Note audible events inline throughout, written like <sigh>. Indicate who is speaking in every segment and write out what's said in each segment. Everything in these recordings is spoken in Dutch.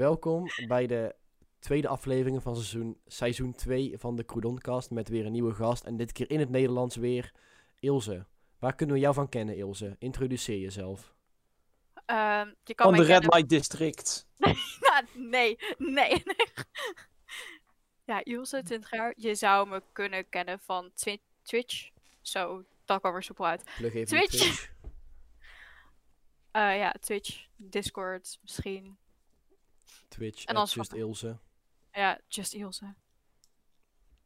Speaker 1: Welkom bij de tweede aflevering van seizoen, seizoen 2 van de Croudoncast met weer een nieuwe gast. En dit keer in het Nederlands weer Ilse. Waar kunnen we jou van kennen, Ilse? Introduceer jezelf.
Speaker 2: Ehm, je kan
Speaker 3: Van
Speaker 2: mij
Speaker 3: de Red
Speaker 2: kennen-
Speaker 3: Light District.
Speaker 2: <laughs> Ja, nee, nee. <laughs> ja, Ilse, 20 jaar. Je zou me kunnen kennen van Twi- Twitch. Zo, dat kwam er soepel uit.
Speaker 1: Plug even je
Speaker 2: Twitch. Eh, ja, Twitch, Discord misschien.
Speaker 1: Twitch
Speaker 2: En
Speaker 1: en
Speaker 2: ons
Speaker 1: just Ilse.
Speaker 2: Ja, just Ilse.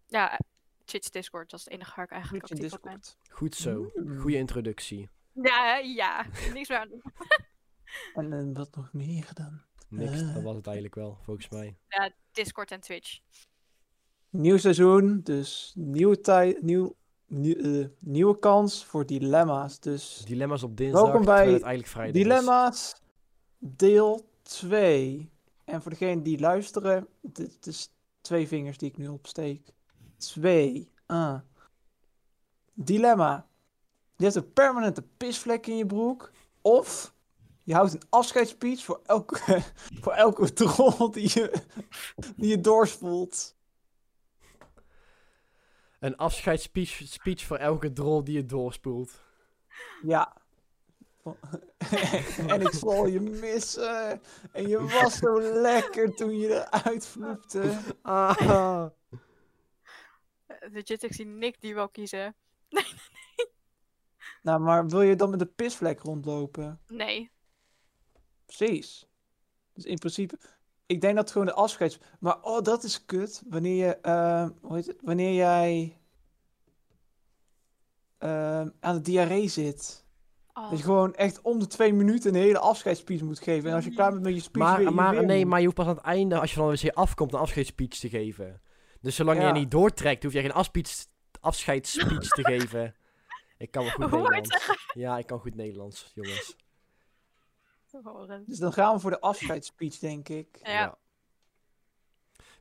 Speaker 2: Ja, eh, Twitch, Discord, dat is het enige waar ik eigenlijk
Speaker 3: Goed in
Speaker 2: actief op ben.
Speaker 3: Discord.
Speaker 1: Goed zo.
Speaker 3: Mm.
Speaker 1: Goede introductie.
Speaker 2: Ja, hè, ja. <laughs> Niks meer aan doen.
Speaker 3: En, eh, wat nog meer gedaan?
Speaker 1: Niks,
Speaker 3: Eh.
Speaker 1: dat was het eigenlijk wel, volgens mij.
Speaker 2: Ja, Discord en Twitch.
Speaker 3: Nieuw seizoen, dus nieuwe tijd, nieuw, nieuw- eh, nieuwe kans voor dilemma's. Dus
Speaker 1: Dilemma's op dinsdag,
Speaker 3: Welkom bij
Speaker 1: terwijl het eigenlijk vrijdag is.
Speaker 3: dilemma's deel 2. En voor degenen die luisteren, dit, dit is twee vingers die ik nu opsteek. Twee. Ah. Dilemma. Je hebt een permanente pisvlek in je broek. Of je houdt een afscheidsspeech voor elke, <laughs> voor elke troll die je, die je doorspoelt.
Speaker 1: Een afscheidsspeech speech voor elke drol die je doorspoelt.
Speaker 3: Ja. <laughs> en ik zal je missen. En je was zo lekker toen je eruit vloepte.
Speaker 1: Ah.
Speaker 2: Eh, Legit, ik zie Nick die wel kiezen.
Speaker 3: Nou, maar wil je dan met een pisvlek rondlopen?
Speaker 2: Nee.
Speaker 3: Precies. Dus in principe, ik denk dat gewoon de afscheids... Maar oh, dat is kut. Wanneer je, ehm, hoe heet het? Wanneer jij ehm, aan de diarree zit.
Speaker 2: Oh,
Speaker 3: Dat je gewoon echt om de twee minuten een hele afscheidsspeech moet geven. En als je klaar bent met je speech, weer
Speaker 1: Maar,
Speaker 3: je
Speaker 1: maar
Speaker 3: weer
Speaker 1: nee,
Speaker 3: moet.
Speaker 1: maar je hoeft pas aan het einde, als je van de wc afkomt, een afscheidsspeech te geven. Dus zolang
Speaker 3: Ja.
Speaker 1: je niet doortrekt, hoef je geen afspeech- afscheidsspeech te geven. Ik kan wel goed
Speaker 2: Hoe
Speaker 1: Nederlands. Ja, ik kan goed Nederlands, jongens.
Speaker 2: horrend.
Speaker 3: Dus dan gaan we voor de afscheidsspeech, denk ik.
Speaker 2: Ja.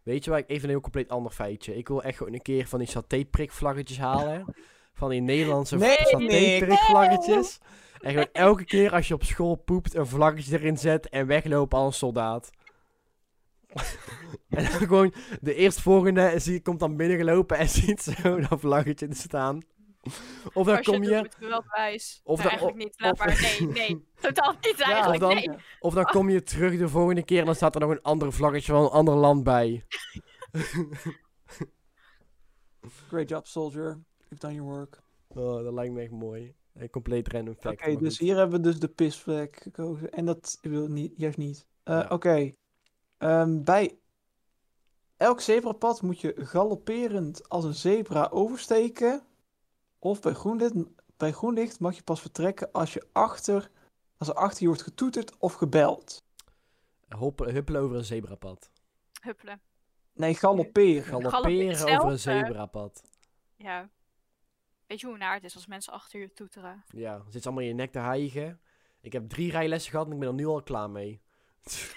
Speaker 1: Weet je waar ik even een heel compleet ander feitje. Ik wil echt gewoon een keer van die satéprikvlaggetjes halen. Van die Nederlandse
Speaker 3: Nee,
Speaker 1: v- satéprikvlaggetjes. En gewoon elke keer als je op school poept, een vlaggetje erin zet en weglopen als een soldaat. <laughs> en dan gewoon de eerstvolgende zie, komt dan binnengelopen en <laughs> ziet zo dat vlaggetje te staan. Of dan
Speaker 2: Als je
Speaker 1: kom
Speaker 2: het
Speaker 1: je,
Speaker 2: doet, moet je wel wijs.
Speaker 1: Of
Speaker 2: Of
Speaker 1: dan-
Speaker 2: eigenlijk
Speaker 1: of-
Speaker 2: niet. Laat
Speaker 1: of-
Speaker 2: maar. Nee,
Speaker 1: <laughs>
Speaker 2: nee. Totaal niet
Speaker 3: Ja,
Speaker 2: eigenlijk.
Speaker 1: dan-
Speaker 2: nee.
Speaker 1: of dan kom je terug de volgende keer en dan staat er nog een ander vlaggetje van een ander land bij.
Speaker 3: Great job, soldier. You've done your work.
Speaker 1: Oh, dat lijkt me echt mooi. Een compleet random fact.
Speaker 3: Oké,
Speaker 1: maar
Speaker 3: dus
Speaker 1: goed.
Speaker 3: hier hebben we dus de pisvlek gekozen. En dat wil niet, juist niet. Eh,
Speaker 1: Ja.
Speaker 3: Oké. Ehm, bij elk zebrapad moet je galopperend als een zebra oversteken. Of bij groen licht, bij groen licht mag je pas vertrekken als, je achter, als er achter je wordt getoeterd of gebeld.
Speaker 1: Hoppen- huppelen over een zebrapad.
Speaker 2: Huppelen.
Speaker 3: Nee, galopperen.
Speaker 1: Galopperen over een
Speaker 2: hetzelfde.
Speaker 1: zebrapad.
Speaker 2: Ja. Weet je hoe naar het is als mensen achter je toeteren?
Speaker 1: Ja, zit ze allemaal in je nek te hijgen. Ik heb drie rijlessen gehad en ik ben er nu al klaar mee.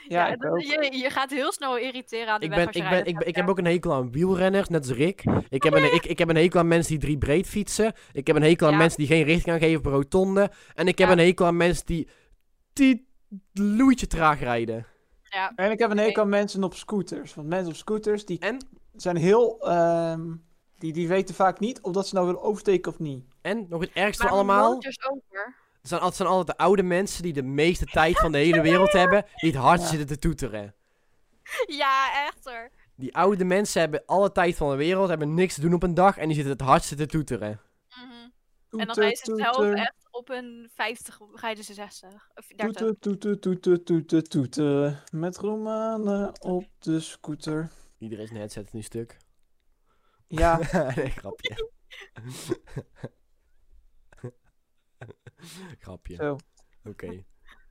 Speaker 3: ja, ik
Speaker 2: dat-
Speaker 3: ook.
Speaker 2: je, je gaat heel snel irriteren aan de
Speaker 1: Ik,
Speaker 2: weg
Speaker 1: ben,
Speaker 2: als
Speaker 1: ik,
Speaker 2: Ah, je
Speaker 1: ben,
Speaker 2: rijdt.
Speaker 1: ik, ben- ik heb ook een hekel aan wielrenners, net als Rick. Ik heb, een, ik, ik heb een hekel aan mensen die drie breed fietsen. Ik heb een hekel aan
Speaker 2: Oh, Ja.
Speaker 1: mensen die geen richting aangeven op een rotonde. En ik heb
Speaker 2: Ja.
Speaker 1: een hekel aan mensen die... die loeitje traag rijden.
Speaker 2: Ja.
Speaker 3: En ik heb een
Speaker 2: Oké.
Speaker 3: hekel aan mensen op scooters. Want mensen op scooters die
Speaker 1: En?
Speaker 3: zijn heel. ehm, die, die weten vaak niet of dat ze nou willen oversteken of niet.
Speaker 1: En, nog het ergste
Speaker 2: Maar
Speaker 1: van allemaal...
Speaker 2: motors ook hoor.
Speaker 1: Het zijn, altijd, het zijn altijd de oude mensen die de meeste tijd van de hele wereld hebben, die het hardst
Speaker 3: Ja.
Speaker 1: zitten te toeteren.
Speaker 2: <laughs> Ja, echt hoor.
Speaker 1: Die oude mensen hebben alle tijd van de wereld, hebben niks te doen op een dag en die zitten het hardste te toeteren.
Speaker 2: Mhm. En dan
Speaker 3: Toeter,
Speaker 2: rijden ze zelf
Speaker 3: toeter.
Speaker 2: echt op een 50, rijden ze 60. Of 30.
Speaker 3: Toeter, toeter, toeter, toeter, toeter. Met Romanen op de scooter.
Speaker 1: Iedereen zijn headset nu stuk.
Speaker 3: Ja,
Speaker 1: <laughs> nee, grapje. <laughs> grapje, oké.
Speaker 3: zo.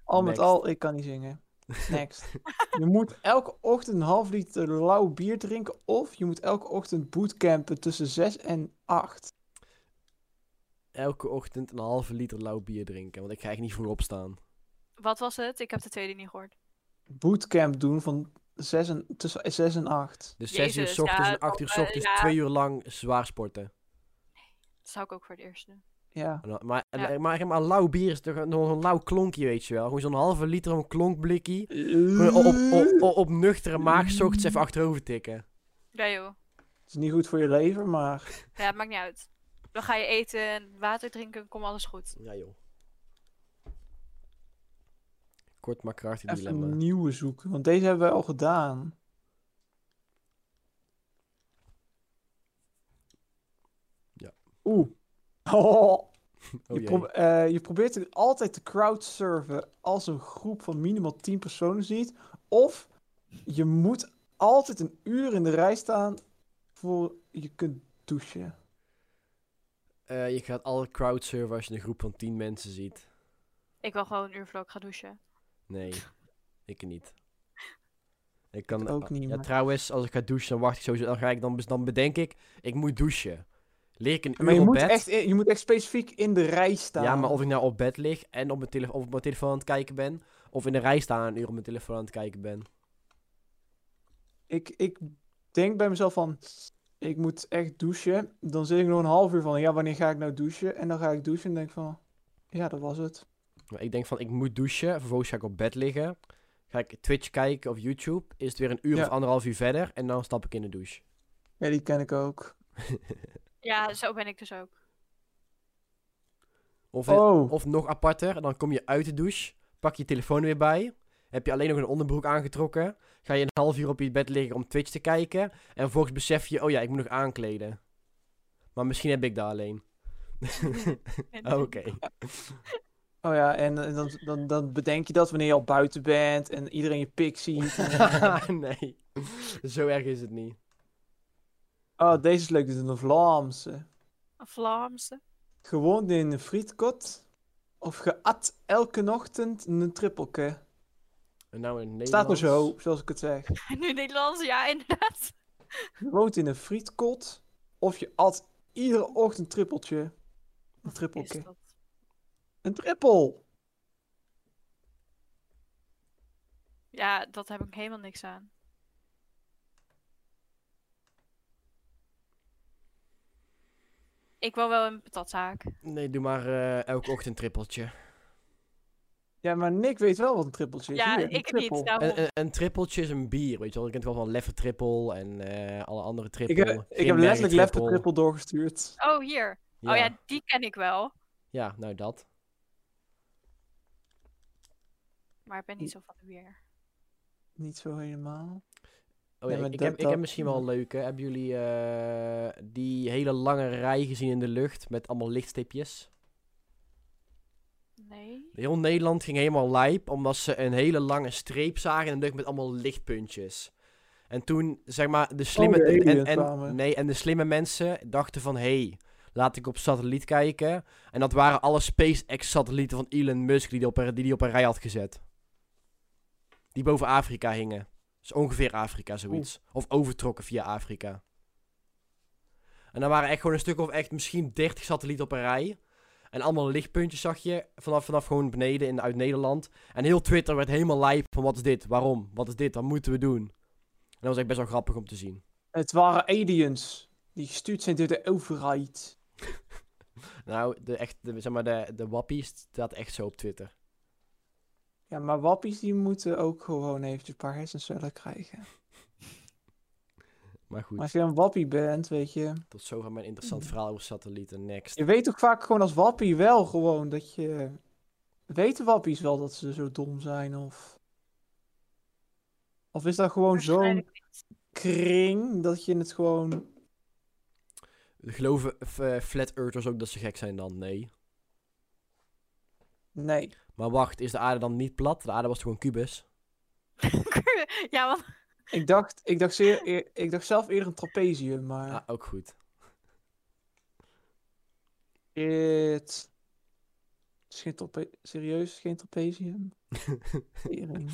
Speaker 3: Al met
Speaker 1: Next.
Speaker 3: al, ik kan niet zingen.
Speaker 1: <laughs>
Speaker 3: Next. je moet elke ochtend een half liter lauw bier drinken. Of je moet elke ochtend bootcampen tussen 6 en 8.
Speaker 1: Elke ochtend een halve liter lauw bier drinken, want ik ga echt niet vroeg opstaan.
Speaker 2: Wat was het? Ik heb de tweede niet gehoord.
Speaker 3: Bootcamp doen van 6 en, tussen 6 en 8.
Speaker 1: Dus 6 uur
Speaker 2: Jezus,
Speaker 1: s ochtends
Speaker 2: ja,
Speaker 1: en 8 uur s
Speaker 2: eh,
Speaker 1: ochtends,
Speaker 2: ja.
Speaker 1: 2 uur lang zwaar sporten.
Speaker 2: Dat zou ik ook voor het eerst doen.
Speaker 3: Ja.
Speaker 1: En dan- Maar, en-
Speaker 2: Ja.
Speaker 1: en- maar, maar lauw bier is toch nog een lauw klonkje, weet je wel. Gewoon zo'n halve liter, een klonkblikkie. Gewoon Op, op, op, op nuchtere maag 's ochtends even achterover tikken.
Speaker 2: Ja, joh.
Speaker 3: Het is niet goed voor je lever, maar
Speaker 2: Ja, maakt niet uit. Dan ga je eten, water drinken, komt alles goed.
Speaker 1: Ja, joh. Kort maar krachtig
Speaker 3: even
Speaker 1: dilemma.
Speaker 3: een nieuwe zoeken. Want deze hebben we al gedaan.
Speaker 1: Ja.
Speaker 3: Oeh. <laughs> Oh.
Speaker 1: Oh,
Speaker 3: je,
Speaker 1: jee.
Speaker 3: probe- eh, je probeert het altijd te crowdsurfen als een groep van minimaal 10 personen ziet. Of je moet altijd een uur in de rij staan voor je kunt douchen.
Speaker 1: Eh, je gaat alle crowdsurfen als je een groep van 10 mensen ziet.
Speaker 2: Ik wil gewoon een uur voordat ik ga douchen.
Speaker 1: Nee, ik niet. Ik kan
Speaker 3: ook niet,
Speaker 1: Ja,
Speaker 3: maar-
Speaker 1: trouwens, als ik ga douchen, dan wacht ik sowieso. Dan, ga ik, dan, bes- dan bedenk ik, ik moet douchen. Leer ik een uur
Speaker 3: Maar je
Speaker 1: op
Speaker 3: moet,
Speaker 1: bed.
Speaker 3: echt, in- je moet echt specifiek in de rij staan.
Speaker 1: Ja, maar of ik nou op bed lig en op mijn, tele- of op mijn telefoon aan het kijken ben. Of in de rij staan en een uur op mijn telefoon aan het kijken ben.
Speaker 3: ik, ik denk bij mezelf van, ik moet echt douchen. Dan zit ik nog een half uur van, ja, wanneer ga ik nou douchen? En dan ga ik douchen en denk van, ja, dat was het.
Speaker 1: Maar ik denk van, ik moet douchen. Vervolgens ga ik op bed liggen. Ga ik Twitch kijken of YouTube. Is het weer een uur
Speaker 3: Ja.
Speaker 1: of anderhalf uur verder. En dan stap ik in de douche.
Speaker 3: Ja, die ken ik ook.
Speaker 2: Ja, zo ben ik dus ook.
Speaker 1: Of,
Speaker 3: Oh,
Speaker 1: of nog aparter. Dan kom je uit de douche. Pak je telefoon weer bij. Heb je alleen nog een onderbroek aangetrokken. Ga je een half uur op je bed liggen om Twitch te kijken. En vervolgens besef je, oh ja, ik moet nog aankleden. Maar misschien heb ik dat alleen. <laughs>
Speaker 2: En-
Speaker 1: Oké.
Speaker 3: oh ja, en, eh, dan, dan, dan bedenk je dat wanneer je al buiten bent en iedereen je pik
Speaker 1: <laughs>
Speaker 3: ziet. <laughs>
Speaker 1: nee, zo erg is het niet.
Speaker 3: Oh, deze is leuk, dit is een Vlaamse.
Speaker 2: Vlaamse. <laughs>
Speaker 3: Gewoond in een frietkot of geat elke ochtend een trippelke.
Speaker 1: En nou in het
Speaker 3: Staat er
Speaker 1: Nederlands.
Speaker 3: zo, zoals ik het zeg.
Speaker 2: Nu Nederlands, ja,
Speaker 3: <laughs>
Speaker 2: inderdaad.
Speaker 3: Je woont in een frietkot of je at iedere ochtend trippeltje. Een
Speaker 2: Is
Speaker 3: trippelke.
Speaker 2: dat.
Speaker 3: Een trippel!
Speaker 2: Ja, dat heb ik helemaal niks aan. Ik wil wel een patatzaak.
Speaker 1: Nee, doe maar eh, elke ochtend trippeltje.
Speaker 3: Oh. Ja, maar Nick weet wel wat een trippeltje is.
Speaker 2: Ja,
Speaker 3: Hier, een
Speaker 2: ik
Speaker 3: trippel.
Speaker 2: niet. Nou- Daarom.
Speaker 1: Een, een, een trippeltje is een bier, weet je wel. Je kent wel van Leffe Trippel en eh, alle andere
Speaker 3: Ik
Speaker 1: trippel.
Speaker 3: heb, ik heb
Speaker 1: Grimbergen
Speaker 3: letterlijk left de trippel doorgestuurd.
Speaker 2: Oh, hier.
Speaker 1: Ja.
Speaker 2: Oh ja, die ken ik wel.
Speaker 1: Ja, nou dat.
Speaker 2: Maar ik ben
Speaker 3: Hm.
Speaker 2: niet zo van de weer.
Speaker 3: Niet zo helemaal.
Speaker 1: Oh,
Speaker 3: Ja,
Speaker 1: ja,
Speaker 3: maar
Speaker 1: ik, ik
Speaker 3: dat-
Speaker 1: heb, ik
Speaker 3: dat-
Speaker 1: heb misschien wel een leuke. Hebben jullie eh, die hele lange rij gezien in de lucht met allemaal lichtstipjes?
Speaker 2: Nee.
Speaker 1: Heel Nederland ging helemaal lijp, omdat ze een hele lange streep zagen in de lucht met allemaal lichtpuntjes. En toen, zeg maar, de slimme...
Speaker 3: de
Speaker 1: en,
Speaker 3: aliens
Speaker 1: en,
Speaker 3: kwamen.
Speaker 1: nee, en de slimme mensen dachten van, hé, hey, laat ik op satelliet kijken. En dat waren alle SpaceX-satellieten van Elon Musk die hij op, een- die die op een rij had gezet. Die boven Afrika hingen. Dus ongeveer Afrika, zoiets. Of overtrokken via Afrika. En dan waren echt gewoon een stuk of echt misschien 30 satellieten op een rij. En allemaal lichtpuntjes zag je vanaf, vanaf gewoon beneden in, uit Nederland. En heel Twitter werd helemaal lijp van wat is dit, waarom, wat is dit, wat moeten we doen. En dat was echt best wel grappig om te zien.
Speaker 3: Het waren aliens. Die gestuurd zijn door de overheid.
Speaker 1: Nou, de, echt, de, zeg maar, de, de wappie staat echt zo op Twitter.
Speaker 3: Ja, maar wappies die moeten ook gewoon eventjes een paar hersencellen krijgen.
Speaker 1: Maar goed,
Speaker 3: Maar Mhm. als je een wappie bent, weet je.
Speaker 1: tot zover mijn interessant verhaal over satellieten. Next.
Speaker 3: Je weet ook vaak gewoon als wappie wel gewoon dat je... Weten wappies wel dat ze zo dom zijn of... Of is dat gewoon zo'n
Speaker 2: Waarschijnlijk
Speaker 3: kring dat je het gewoon...
Speaker 1: Geloven eh, flat earthers ook dat ze gek zijn dan? Nee.
Speaker 3: Nee.
Speaker 1: Maar wacht, is de aarde dan niet plat? De aarde was toch een kubus?
Speaker 2: niet. <laughs> ja, want
Speaker 3: Ik dacht, ik dacht, zeer, eer- ik dacht zelf eerder een trapezium, maar...
Speaker 1: Ah, ook goed. <laughs>
Speaker 3: Shit. Is geen trape- Serieus, geen trapezium? Tering.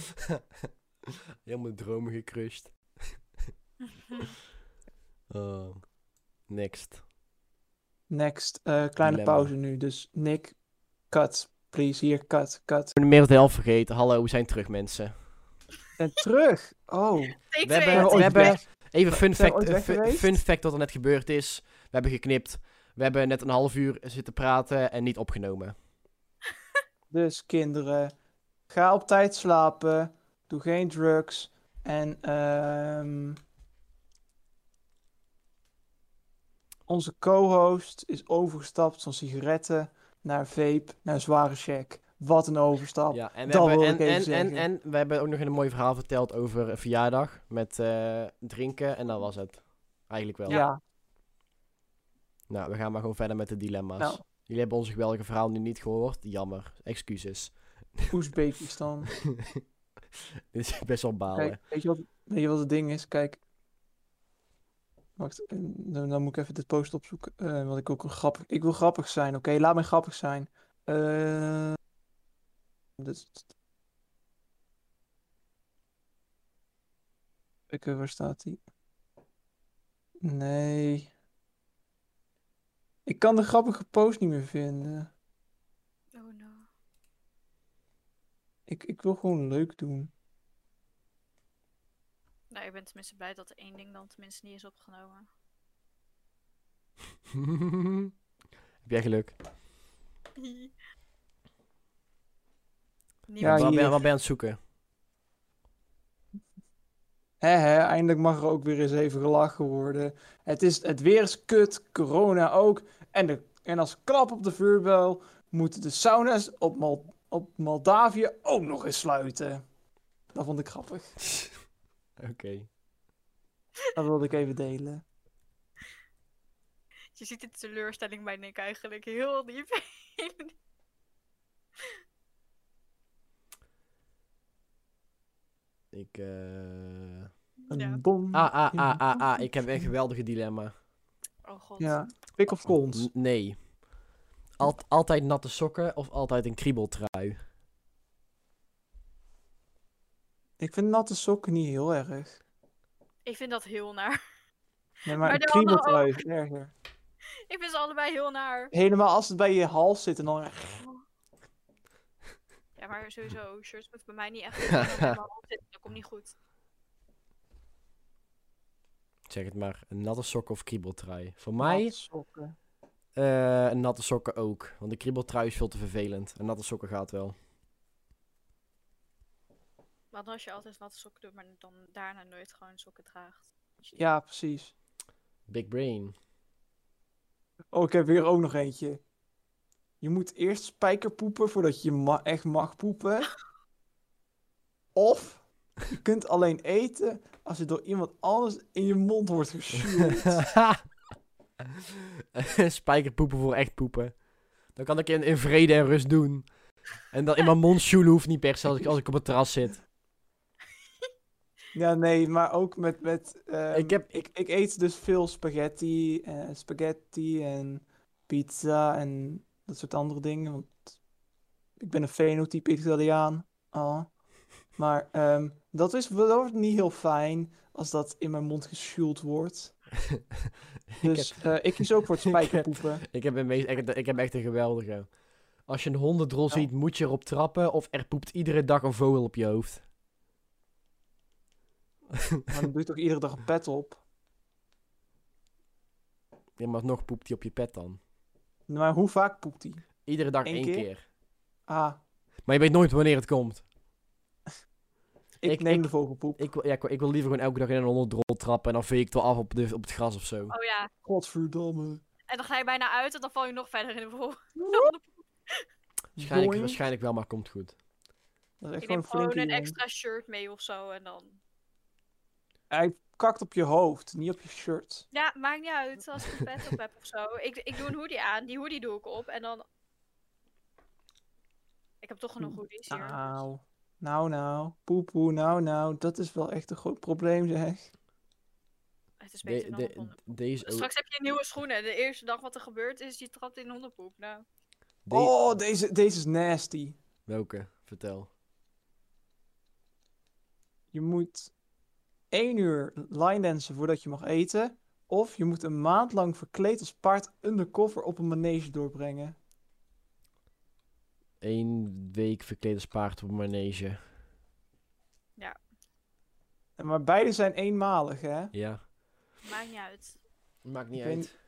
Speaker 1: <laughs> Helemaal dromen gecrushed. Oh. Next.
Speaker 3: Next, eh, kleine
Speaker 1: Dilemma.
Speaker 3: pauze nu. Dus Nick, cut. Please, hier, cut,
Speaker 1: We
Speaker 3: cut.
Speaker 1: hebben meer dan de helft vergeten. Hallo, we zijn terug, mensen.
Speaker 3: <laughs> En
Speaker 2: <laughs>
Speaker 3: terug! Oh,
Speaker 2: ik
Speaker 1: We hebben-
Speaker 3: zijn we
Speaker 1: we
Speaker 3: ooit
Speaker 1: hebben-
Speaker 3: weg?
Speaker 1: Even fun
Speaker 3: Zijn
Speaker 1: fact,
Speaker 3: we ooit
Speaker 1: eh,
Speaker 3: weg
Speaker 1: fun,
Speaker 3: geweest?
Speaker 1: fun fact wat er net gebeurd is. We hebben geknipt. We hebben net een half uur zitten praten en niet opgenomen.
Speaker 3: Dus kinderen, ga op tijd slapen. Doe geen drugs. En ehm, onze co-host is overgestapt van sigaretten naar vape, naar zware check. Wat een overstap.
Speaker 1: Ja, en we,
Speaker 3: dat
Speaker 1: hebben,
Speaker 3: wil
Speaker 1: en,
Speaker 3: ik even
Speaker 1: en, en,
Speaker 3: zeggen.
Speaker 1: en we hebben ook nog een mooi verhaal verteld over een verjaardag met eh, drinken en dat was het. Eigenlijk wel.
Speaker 3: Ja,
Speaker 1: Nou, we gaan maar gewoon verder met de dilemma's.
Speaker 3: Nou.
Speaker 1: Jullie hebben ons geweldige verhaal nu niet gehoord. Jammer.
Speaker 3: <laughs>
Speaker 1: Excuses.
Speaker 3: Oezbekistan.
Speaker 1: Dit is best wel balen.
Speaker 3: Kijk, weet je, wat, weet je wat het ding is? Kijk. Wacht, eh, dan, dan moet ik even dit post opzoeken. eh, want ik ook een grappig. Ik wil grappig zijn, oké? Laat mij grappig zijn. Eh, dus... Ik, eh, waar staat die? Nee. Ik kan de grappige post niet meer vinden.
Speaker 2: <laughs> Oh no.
Speaker 3: Ik, ik wil gewoon leuk doen.
Speaker 2: Nou, ik ben tenminste blij dat er één ding dan tenminste niet is opgenomen.
Speaker 1: <laughs> Heb jij geluk?
Speaker 3: Ja,
Speaker 1: Waar
Speaker 2: Niemand
Speaker 1: ben, waar
Speaker 3: hier.
Speaker 1: ben je aan het zoeken? <laughs>
Speaker 3: Hè, hè, eindelijk mag er ook weer eens even gelachen worden. Het, is, het weer is kut, corona ook. En, de, en als klap op de vuurbel moeten de sauna's op, Mal, op Moldavië ook nog eens sluiten. Dat vond ik grappig.
Speaker 1: Oké.
Speaker 3: Dat wilde ik even delen.
Speaker 2: Je ziet de teleurstelling bij Nick eigenlijk heel diep. <laughs>
Speaker 1: Ik, eh
Speaker 3: Een
Speaker 2: Ja.
Speaker 3: bom.
Speaker 1: Ah, ah, ah, ah, ah. Ik heb een geweldige dilemma.
Speaker 2: Oh god.
Speaker 3: Ja, pik of kont.
Speaker 1: N- nee. Alt- altijd natte sokken of altijd een kriebeltrui?
Speaker 3: Ik vind natte sokken niet heel erg.
Speaker 2: Ik vind dat heel naar. <laughs>
Speaker 3: Nee, maar,
Speaker 2: Maar
Speaker 3: een
Speaker 2: de andere
Speaker 3: kriebeltrui is erger.
Speaker 2: Ik vind ze allebei heel naar.
Speaker 3: Helemaal als het bij je hals zit en dan...
Speaker 2: Ja, maar sowieso, shirts hoeft bij mij niet echt helemaal op zitten. Dat komt niet goed.
Speaker 1: Zeg het maar. Een natte sokken of kriebeltrui? Voor mij
Speaker 3: Natte sokken.
Speaker 1: eh een natte sokken ook. Want de kriebeltrui is veel te vervelend. Een natte sokken gaat wel.
Speaker 2: Maar dan als je altijd natte sokken doet, maar dan daarna nooit gewoon sokken draagt.
Speaker 3: Ja, precies.
Speaker 1: Big brain. <laughs>
Speaker 3: Oh, ik heb weer ook nog eentje. Je moet eerst spijker poepen voordat je ma- echt mag poepen. Of je kunt alleen eten als je door iemand anders in je mond wordt
Speaker 1: <laughs>
Speaker 3: gesjoerd.
Speaker 1: Spijkerpoepen voor echt poepen. Dan kan ik in, in vrede en rust doen. En dan in mijn mond sjoelen hoeft niet per se als ik, als ik op het terras zit. <laughs>
Speaker 3: ja, nee, maar ook met... met ehm,
Speaker 1: Ik heb-
Speaker 3: ik, ik eet dus veel spaghetti, eh, spaghetti en pizza en dat soort andere dingen. Want ik ben een fenotype Italiaan. Ah. Maar ehm, dat, is, dat wordt niet heel fijn als dat in mijn mond gesjoeld wordt.
Speaker 1: <laughs>
Speaker 3: Dus eh, ik kies ook voor het
Speaker 1: ik heb-
Speaker 3: spijkerpoepen.
Speaker 1: Ik heb, een meest, ik, heb- ik heb echt een geweldige. Als je een hondendrol
Speaker 3: Ja.
Speaker 1: ziet, moet je erop trappen. Of er poept iedere dag een vogel op je hoofd.
Speaker 3: Maar dan doe je toch iedere dag een pet op.
Speaker 1: Ja, maar nog poept hij op je pet dan.
Speaker 3: Maar hoe vaak poept hij?
Speaker 1: Iedere dag
Speaker 3: Eén
Speaker 1: één keer.
Speaker 3: keer? Ah,
Speaker 1: Maar je weet nooit wanneer het komt.
Speaker 3: ik,
Speaker 1: Ik-
Speaker 3: neem
Speaker 1: ik-
Speaker 3: de vogelpoep.
Speaker 1: Ik, wil- ja, ik, wil- ik wil liever gewoon elke dag in een hondendrol trappen. En dan veeg ik het wel af op, de, op het gras of zo.
Speaker 2: Oh ja.
Speaker 3: Godverdomme.
Speaker 2: En dan ga je bijna uit en dan val je nog verder in de <laughs> vol.
Speaker 1: Waarschijnlijk,
Speaker 3: Boing.
Speaker 1: waarschijnlijk wel, maar komt goed.
Speaker 3: Dat is echt
Speaker 2: Ik
Speaker 3: gewoon
Speaker 2: neem
Speaker 3: een flinke
Speaker 2: gewoon een
Speaker 3: jongen.
Speaker 2: extra shirt mee of zo en dan...
Speaker 3: Hij kakt op je hoofd, niet op je shirt.
Speaker 2: Ja, maakt niet uit als ik een pet
Speaker 3: <laughs>
Speaker 2: op heb of zo. Ik, ik doe een hoodie aan, die hoodie doe ik op en dan... Ik heb toch genoeg hoodies hier. dus-
Speaker 3: Nou, nou, nou. Poepoe, nou, nou. Dat is wel echt een groot probleem, zeg.
Speaker 2: Het is beter
Speaker 1: De,
Speaker 2: dan
Speaker 1: de-
Speaker 2: een hond- Dus
Speaker 1: deze, oh, o-
Speaker 2: Straks heb je nieuwe schoenen. De eerste dag wat er gebeurt is, je trapt in hondenpoep. Nou,
Speaker 1: de-
Speaker 3: Oh, deze, deze is nasty.
Speaker 1: Welke? Vertel.
Speaker 3: Je moet één uur line dansen voordat je mag eten. Of je moet een maand lang verkleed als paard undercover op een manege doorbrengen.
Speaker 1: Eén week verkleed als paard op een manege.
Speaker 3: Maar beide zijn eenmalig, hè?
Speaker 1: Ja.
Speaker 2: maakt niet uit.
Speaker 1: Maakt niet
Speaker 3: Ik weet
Speaker 1: uit.
Speaker 3: niet-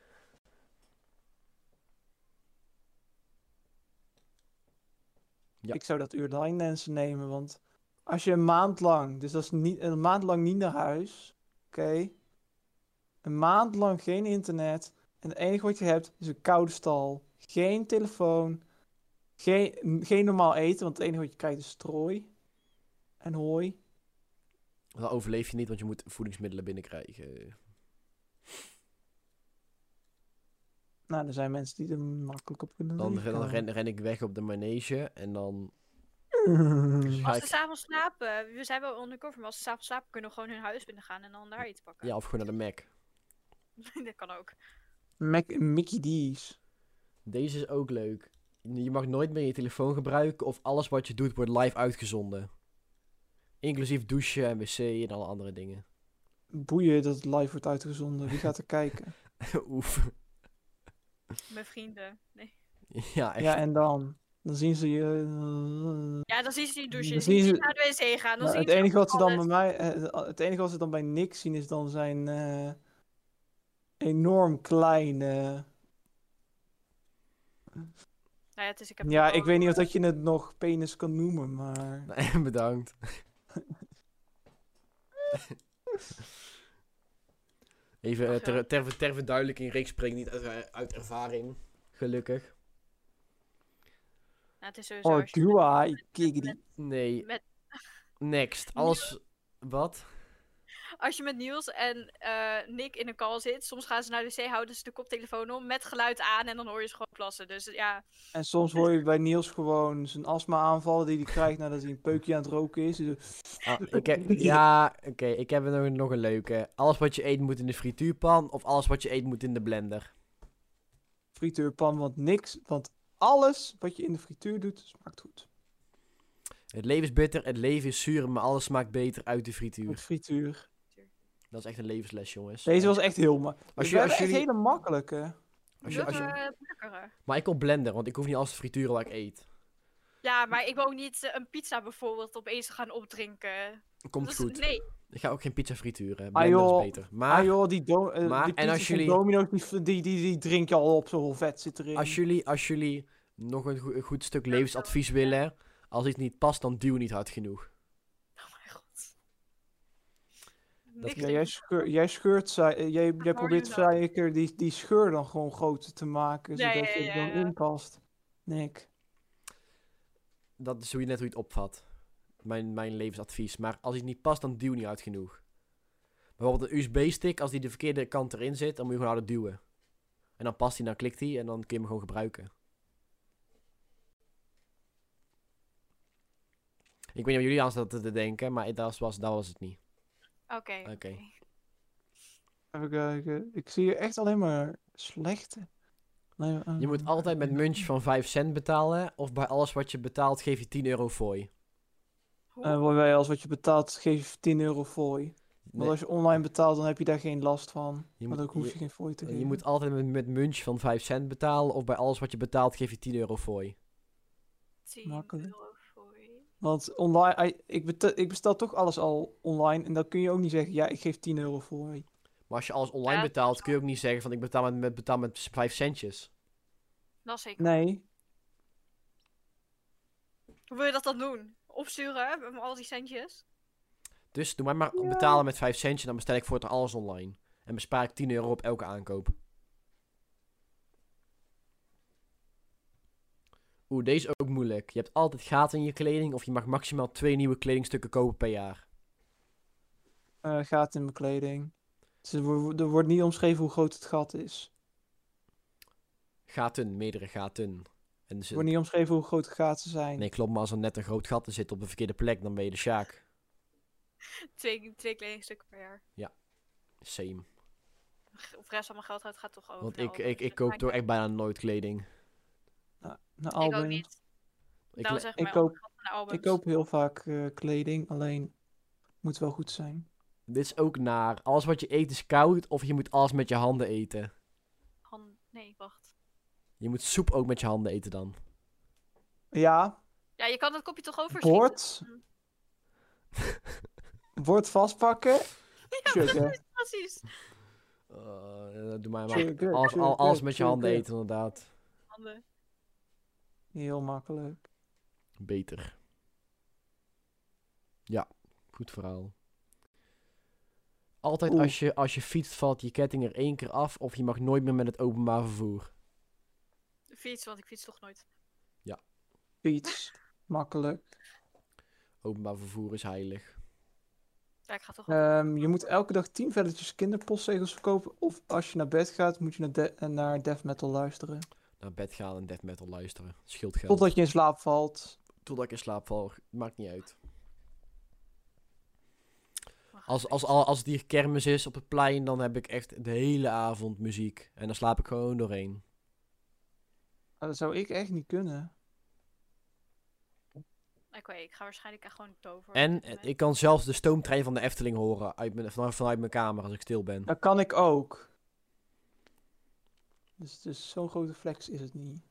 Speaker 1: Ja.
Speaker 3: Ik zou dat uur lensen nemen, want als je een maand lang, dus dat is niet, een maand lang niet naar huis, oké, een maand lang geen internet en het enige wat je hebt is een koude stal, geen telefoon, geen, n- geen normaal eten, want het enige wat je krijgt is strooi en hooi.
Speaker 1: Dan overleef je niet, want je moet voedingsmiddelen binnenkrijgen.
Speaker 3: Nou, er zijn mensen die er makkelijk op kunnen
Speaker 1: Dan,
Speaker 3: leven.
Speaker 1: dan ren, ren ik weg op de manege en dan ga
Speaker 2: Als ze
Speaker 1: ik...
Speaker 2: s'avonds slapen, we zijn wel undercover, maar als ze s'avonds slapen kunnen we gewoon hun huis binnen gaan en dan daar iets pakken.
Speaker 1: Ja, of gewoon naar de Mac.
Speaker 2: <laughs> dat kan ook.
Speaker 3: <laughs> Mac- Mickey D's.
Speaker 1: Deze is ook leuk. Je mag nooit meer je telefoon gebruiken of alles wat je doet wordt live uitgezonden. Inclusief douchen en wc en alle andere dingen.
Speaker 3: Boeien dat het live wordt uitgezonden. Wie gaat er kijken?
Speaker 1: Oef.
Speaker 2: Mijn vrienden. Nee.
Speaker 1: Ja, <laughs> echt.
Speaker 3: Ja, en dan? Dan zien ze je...
Speaker 2: Ja, dan zien ze die douchen.
Speaker 3: Dan
Speaker 2: Dan
Speaker 3: zien
Speaker 2: zien
Speaker 3: ze-
Speaker 2: ze naar de wc gaan. Dan
Speaker 3: Nou,
Speaker 2: zien
Speaker 3: het,
Speaker 2: ze
Speaker 3: enige wat ze dan bij
Speaker 2: alles.
Speaker 3: mij, eh, het enige wat ze dan bij Nick zien is dan zijn eh, enorm kleine...
Speaker 2: Nou ja, het dus is, ik heb
Speaker 3: Ja,
Speaker 2: wel-
Speaker 3: ik weet niet of dat je het nog penis kan noemen, maar...
Speaker 1: Nee, <laughs> bedankt.
Speaker 3: <laughs>
Speaker 1: Even eh, ter, ter, ter verduidelijking, Rick spreekt niet uit, eh, uit ervaring. Gelukkig.
Speaker 2: Nou, het is sowieso...
Speaker 3: Or
Speaker 2: als je
Speaker 3: do
Speaker 2: met-
Speaker 3: I? Giggity.
Speaker 1: Nee,
Speaker 2: met-
Speaker 1: <laughs> next. Als... Wat?
Speaker 2: Als je met Niels en eh, Nick in een call zit, soms gaan ze naar de wc, houden ze de koptelefoon om met geluid aan en dan hoor je ze gewoon plassen. Dus ja,
Speaker 3: En soms hoor je bij Niels gewoon zijn astma aanvallen die hij krijgt nadat hij een peukje aan het roken is. Dus
Speaker 1: Ah,
Speaker 3: <laughs>
Speaker 1: ik heb, ja, oké. ik heb nog, nog een leuke. Alles wat je eet moet in de frituurpan of alles wat je eet moet in de blender.
Speaker 3: frituurpan, want niks, want alles wat je in de frituur doet, smaakt goed.
Speaker 1: Het leven is bitter, het leven is zuur, maar alles smaakt beter uit de
Speaker 3: Met
Speaker 1: frituur.
Speaker 3: frituur.
Speaker 1: Dat is echt een levensles, jongens.
Speaker 3: Deze was echt heel makkelijk.
Speaker 1: Als
Speaker 3: Als
Speaker 1: je-
Speaker 3: je,
Speaker 1: als
Speaker 3: echt
Speaker 1: jullie-
Speaker 3: hele makkelijke.
Speaker 1: Als je- als je-
Speaker 2: dat, eh, makkelijker.
Speaker 1: Maar ik kon blender, want ik hoef niet alles te frituren waar ik eet.
Speaker 2: Ja, maar ik wil ook niet eh, een pizza bijvoorbeeld opeens gaan opdrinken.
Speaker 1: Komt
Speaker 2: Dat is-
Speaker 1: goed.
Speaker 2: Nee,
Speaker 1: Ik ga ook geen pizza frituren.
Speaker 3: Ah,
Speaker 1: Blender
Speaker 3: joh.
Speaker 1: is beter.
Speaker 3: Ah,
Speaker 1: Maar
Speaker 3: joh, die, do eh,
Speaker 1: maar-
Speaker 3: die
Speaker 1: en als
Speaker 3: pizzas van
Speaker 1: jullie-
Speaker 3: domino's, die, v- die, die, die drink je al op, zoveel vet zit erin.
Speaker 1: als jullie, als jullie nog een, goe- een goed stuk levensadvies willen, als iets niet past, dan duw niet hard genoeg.
Speaker 2: oh mijn god.
Speaker 1: Dat-
Speaker 2: Niks
Speaker 3: Ja, jij, scheur- jij scheurt, zij, eh, jij, jij
Speaker 2: hoor
Speaker 3: probeert
Speaker 2: je dat?
Speaker 3: zeker die, die scheur dan gewoon groter te maken,
Speaker 2: Ja,
Speaker 3: zodat
Speaker 2: ja,
Speaker 3: je
Speaker 2: ja,
Speaker 3: er dan
Speaker 2: ja.
Speaker 3: in past. Nick.
Speaker 1: Dat is hoe je net hoe je het opvat. Mijn, mijn levensadvies. Maar als iets niet past, dan duw niet hard genoeg. Bijvoorbeeld een USB-stick, als die de verkeerde kant erin zit, dan moet je gewoon harder duwen. En dan past hij, dan klikt hij en dan kun je hem gewoon gebruiken. Ik weet niet wat jullie aan zaten te denken, maar dat was, dat was het niet.
Speaker 2: Oké.
Speaker 1: Oké.
Speaker 3: Even kijken. Ik zie hier echt alleen maar slechte. Nee, eh,
Speaker 1: Je moet altijd met muntjes van 5 cent betalen. Of bij alles wat je betaalt geef je 10 euro fooi.
Speaker 2: Hoe?
Speaker 3: En Eh, wat wij als wat je betaalt, geef je 10 euro fooi. Want
Speaker 1: Nee,
Speaker 3: als je online betaalt, dan heb je daar geen last van.
Speaker 1: je,
Speaker 3: Want
Speaker 1: moet,
Speaker 3: ook hoef je,
Speaker 1: je,
Speaker 3: geen fooi te geven.
Speaker 1: je moet altijd met, met muntjes van 5 cent betalen. Of bij alles wat je betaalt geef je 10 euro fooi.
Speaker 2: 10
Speaker 3: makkelijk.
Speaker 2: euro voor je.
Speaker 3: Want online, I- ik, beta- ik bestel toch alles al online. En dan kun je ook niet zeggen, ja, ik geef 10 euro fooi.
Speaker 1: Maar als je alles online
Speaker 2: Ja, dat
Speaker 1: betaalt kun je ook niet zeggen van ik betaal met, met, betaal met 5 centjes.
Speaker 2: Dat is zeker.
Speaker 3: Nee,
Speaker 2: Hoe wil je dat dan doen? Opsturen met al die centjes?
Speaker 1: Dus doe mij maar
Speaker 3: Ja.
Speaker 1: betalen met 5 centjes. Dan bestel ik voortaan alles online. En bespaar ik 10 euro op elke aankoop. Oeh, deze is ook moeilijk. Je hebt altijd gaten in je kleding. Of je mag maximaal twee nieuwe kledingstukken kopen per jaar.
Speaker 3: eh, gaat in mijn kleding. Dus er, wo- er wordt niet omschreven hoe groot het gat is.
Speaker 1: gaten, meerdere gaten. En dus
Speaker 3: Er wordt niet omschreven hoe groot de gaten zijn.
Speaker 1: Nee, klopt, maar als er net een groot gat in zit op de verkeerde plek, dan ben je de Sjaak.
Speaker 2: Twee, twee kledingstukken per jaar.
Speaker 1: Same.
Speaker 2: Of rest van mijn geld uit gaat toch over.
Speaker 1: Want
Speaker 2: naar
Speaker 1: ik,
Speaker 2: anderen,
Speaker 1: ik,
Speaker 2: dus
Speaker 1: ik
Speaker 2: dat
Speaker 1: koop
Speaker 2: maakt
Speaker 1: toch
Speaker 2: niet
Speaker 1: echt bijna nooit kleding.
Speaker 3: Naar
Speaker 2: uit. Ik ook
Speaker 3: Albin.
Speaker 2: niet.
Speaker 1: Ik
Speaker 2: Daarom
Speaker 1: le-
Speaker 2: zeg
Speaker 3: ik
Speaker 2: mijn
Speaker 3: koop-
Speaker 2: geld naar albums.
Speaker 3: Ik koop heel vaak eh, kleding, alleen moet wel goed zijn.
Speaker 1: Dit is ook naar. Alles wat je eet is koud, of je moet alles met je handen eten.
Speaker 2: Han- Nee, wacht.
Speaker 1: Je moet soep ook met je handen eten dan.
Speaker 3: Ja,
Speaker 2: Ja, je kan dat kopje toch overschieten?
Speaker 3: bord.
Speaker 2: <laughs>
Speaker 3: Bord vastpakken. Chuggen.
Speaker 2: <laughs> Precies.
Speaker 1: Eh, doe mij maar.
Speaker 3: Chuggen,
Speaker 1: Alles, al,
Speaker 3: chuggen,
Speaker 1: alles met je handen
Speaker 3: chuggen.
Speaker 1: eten, inderdaad.
Speaker 2: Handen.
Speaker 3: Heel makkelijk.
Speaker 1: Beter. Ja, goed verhaal. Altijd
Speaker 3: Oeh.
Speaker 1: als je, als je fietst, valt je ketting er één keer af of je mag nooit meer met het openbaar vervoer.
Speaker 2: Fiets, want ik fiets toch nooit.
Speaker 3: Fiets. Makkelijk.
Speaker 1: Openbaar vervoer is heilig.
Speaker 2: Ja, ik ga toch wel.
Speaker 3: Ehm, je moet elke dag 10 velletjes kinderpostzegels verkopen. Of als je naar bed gaat, moet je naar, de- eh, naar death metal luisteren.
Speaker 1: Naar bed gaan en death metal luisteren. Scheelt geld.
Speaker 3: Totdat je in slaap valt.
Speaker 1: Totdat ik in slaap val. Maakt niet uit.
Speaker 2: Wacht.
Speaker 1: Als, als, als, als het hier kermis is op het plein, dan heb ik echt de hele avond muziek. En dan slaap ik gewoon doorheen.
Speaker 3: Ah, dat zou ik echt niet kunnen.
Speaker 2: Ik weet, ik ga waarschijnlijk echt gewoon dover. op
Speaker 1: En
Speaker 2: dit
Speaker 1: eh,
Speaker 2: moment.
Speaker 1: ik kan zelfs de stoomtrein van de Efteling horen uit mijn, vanuit, vanuit mijn kamer als ik stil ben.
Speaker 3: Dat kan ik ook. Dus, dus zo'n grote flex is het niet.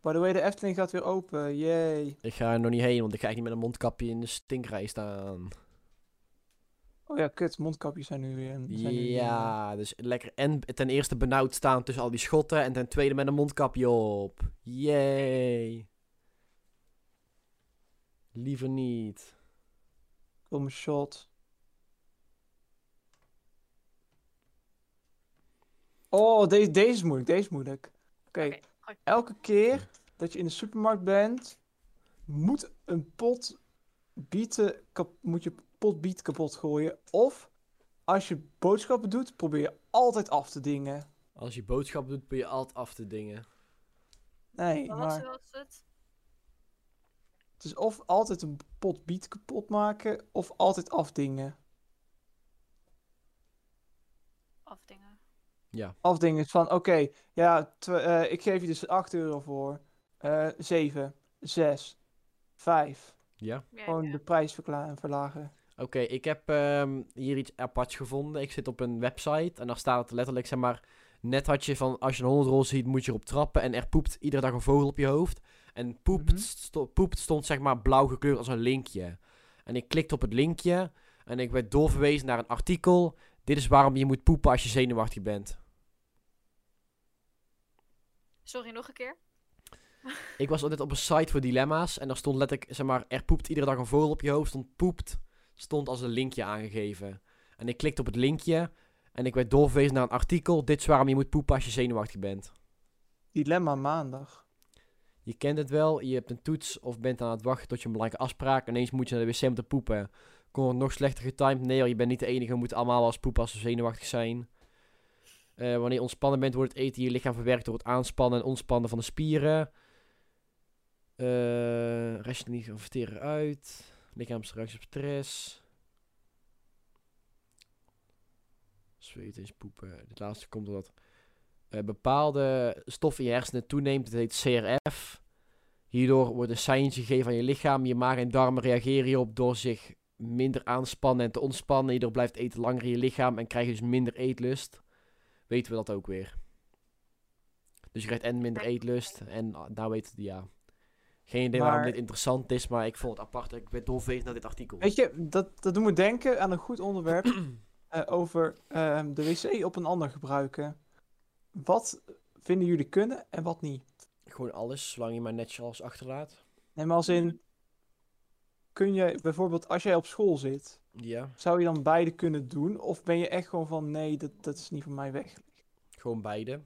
Speaker 3: By the way, de Efteling gaat weer open. Yay.
Speaker 1: Ik ga er nog niet heen, want ik ga echt niet met een mondkapje in de stinkrij staan.
Speaker 3: Oh ja, kut. Mondkapjes zijn nu weer. Zijn nu weer-
Speaker 1: Ja, dus lekker en ten eerste benauwd staan tussen al die schotten. En ten tweede met een mondkapje op. Yay. Liever niet.
Speaker 3: Ik wil mijn shot. Oh, deze, deze is moeilijk. Deze is moeilijk. Oké.
Speaker 2: Oké, gooi.
Speaker 3: Elke keer dat je in de supermarkt bent, moet een pot bieten, kap- moet je pot biet kapot gooien. Of als je boodschappen doet, probeer je altijd af te dingen.
Speaker 1: Als je boodschappen doet, ben je altijd af te dingen.
Speaker 3: Nee,
Speaker 2: Wat was
Speaker 3: maar
Speaker 2: het? wat was het?
Speaker 3: het is of altijd een pot biet kapot maken, of altijd afdingen.
Speaker 2: Afdingen.
Speaker 3: Afdingen is van, oké, ja, tw- eh, ik geef je dus 8 euro voor. Eh 7, 6, 5.
Speaker 1: Ja.
Speaker 2: Ja,
Speaker 3: Gewoon
Speaker 2: ja.
Speaker 3: de prijs verkla- verlagen.
Speaker 1: Oké, ik heb ehm, hier iets aparts gevonden. Ik zit op een website en daar staat het letterlijk, zeg maar... Net had je van, als je een honderdrol ziet, moet je erop trappen. En er poept iedere dag een vogel op je hoofd. En poept,
Speaker 3: Mhm.
Speaker 1: sto- poept stond, zeg maar, blauw gekleurd als een linkje. En ik klikte op het linkje en ik werd doorverwezen naar een artikel. Dit is waarom je moet poepen als je zenuwachtig bent.
Speaker 2: Sorry, nog een keer.
Speaker 1: Ik was net op een site voor dilemma's en daar stond letterlijk, zeg maar, er poept iedere dag een vogel op je hoofd. Stond poept, stond als een linkje aangegeven. En ik klikte op het linkje en ik werd doorverwezen naar een artikel. Dit is waarom je moet poepen als je zenuwachtig bent.
Speaker 3: Dilemma maandag.
Speaker 1: Je kent het wel, je hebt een toets of bent aan het wachten tot je een belangrijke afspraak. Ineens moet je naar de wc om te poepen. Kon het nog slechter getimed? Nee hoor, je bent niet de enige. We moeten allemaal wel eens poepen als we zenuwachtig zijn. Eh, wanneer je ontspannen bent, wordt het eten in je lichaam verwerkt door het aanspannen en ontspannen van de spieren. Eh restje niet van verteren uit. Lichaamsreactie op stress. Zweet is poepen. Dit laatste komt omdat eh, bepaalde stof in je hersenen toeneemt. Dat heet CRF. Hierdoor wordt een seintje gegeven aan je lichaam. Je maag en darmen reageren hierop door zich minder aanspannen en te ontspannen. Hierdoor blijft eten langer in je lichaam en krijg je dus minder eetlust. Weten we dat ook weer. Dus je krijgt en minder eetlust en ah, nou weten we ja. Geen idee waarom
Speaker 3: Maar-
Speaker 1: dit interessant is, maar ik vond het apart. Ik werd doorverwezen naar dit artikel.
Speaker 3: Weet je, dat, dat doet me denken aan een goed onderwerp
Speaker 2: <clears throat>
Speaker 3: eh, over ehm, de wc op een ander gebruiken. Wat vinden jullie kunnen en wat niet?
Speaker 1: Gewoon alles, zolang je maar netjes alles achterlaat.
Speaker 3: Nee, maar als in, kun je bijvoorbeeld als jij op school zit,
Speaker 1: Ja,
Speaker 3: zou je dan beide kunnen doen? Of ben je echt gewoon van, nee, dat, dat is niet van mij weg?
Speaker 1: gewoon beide.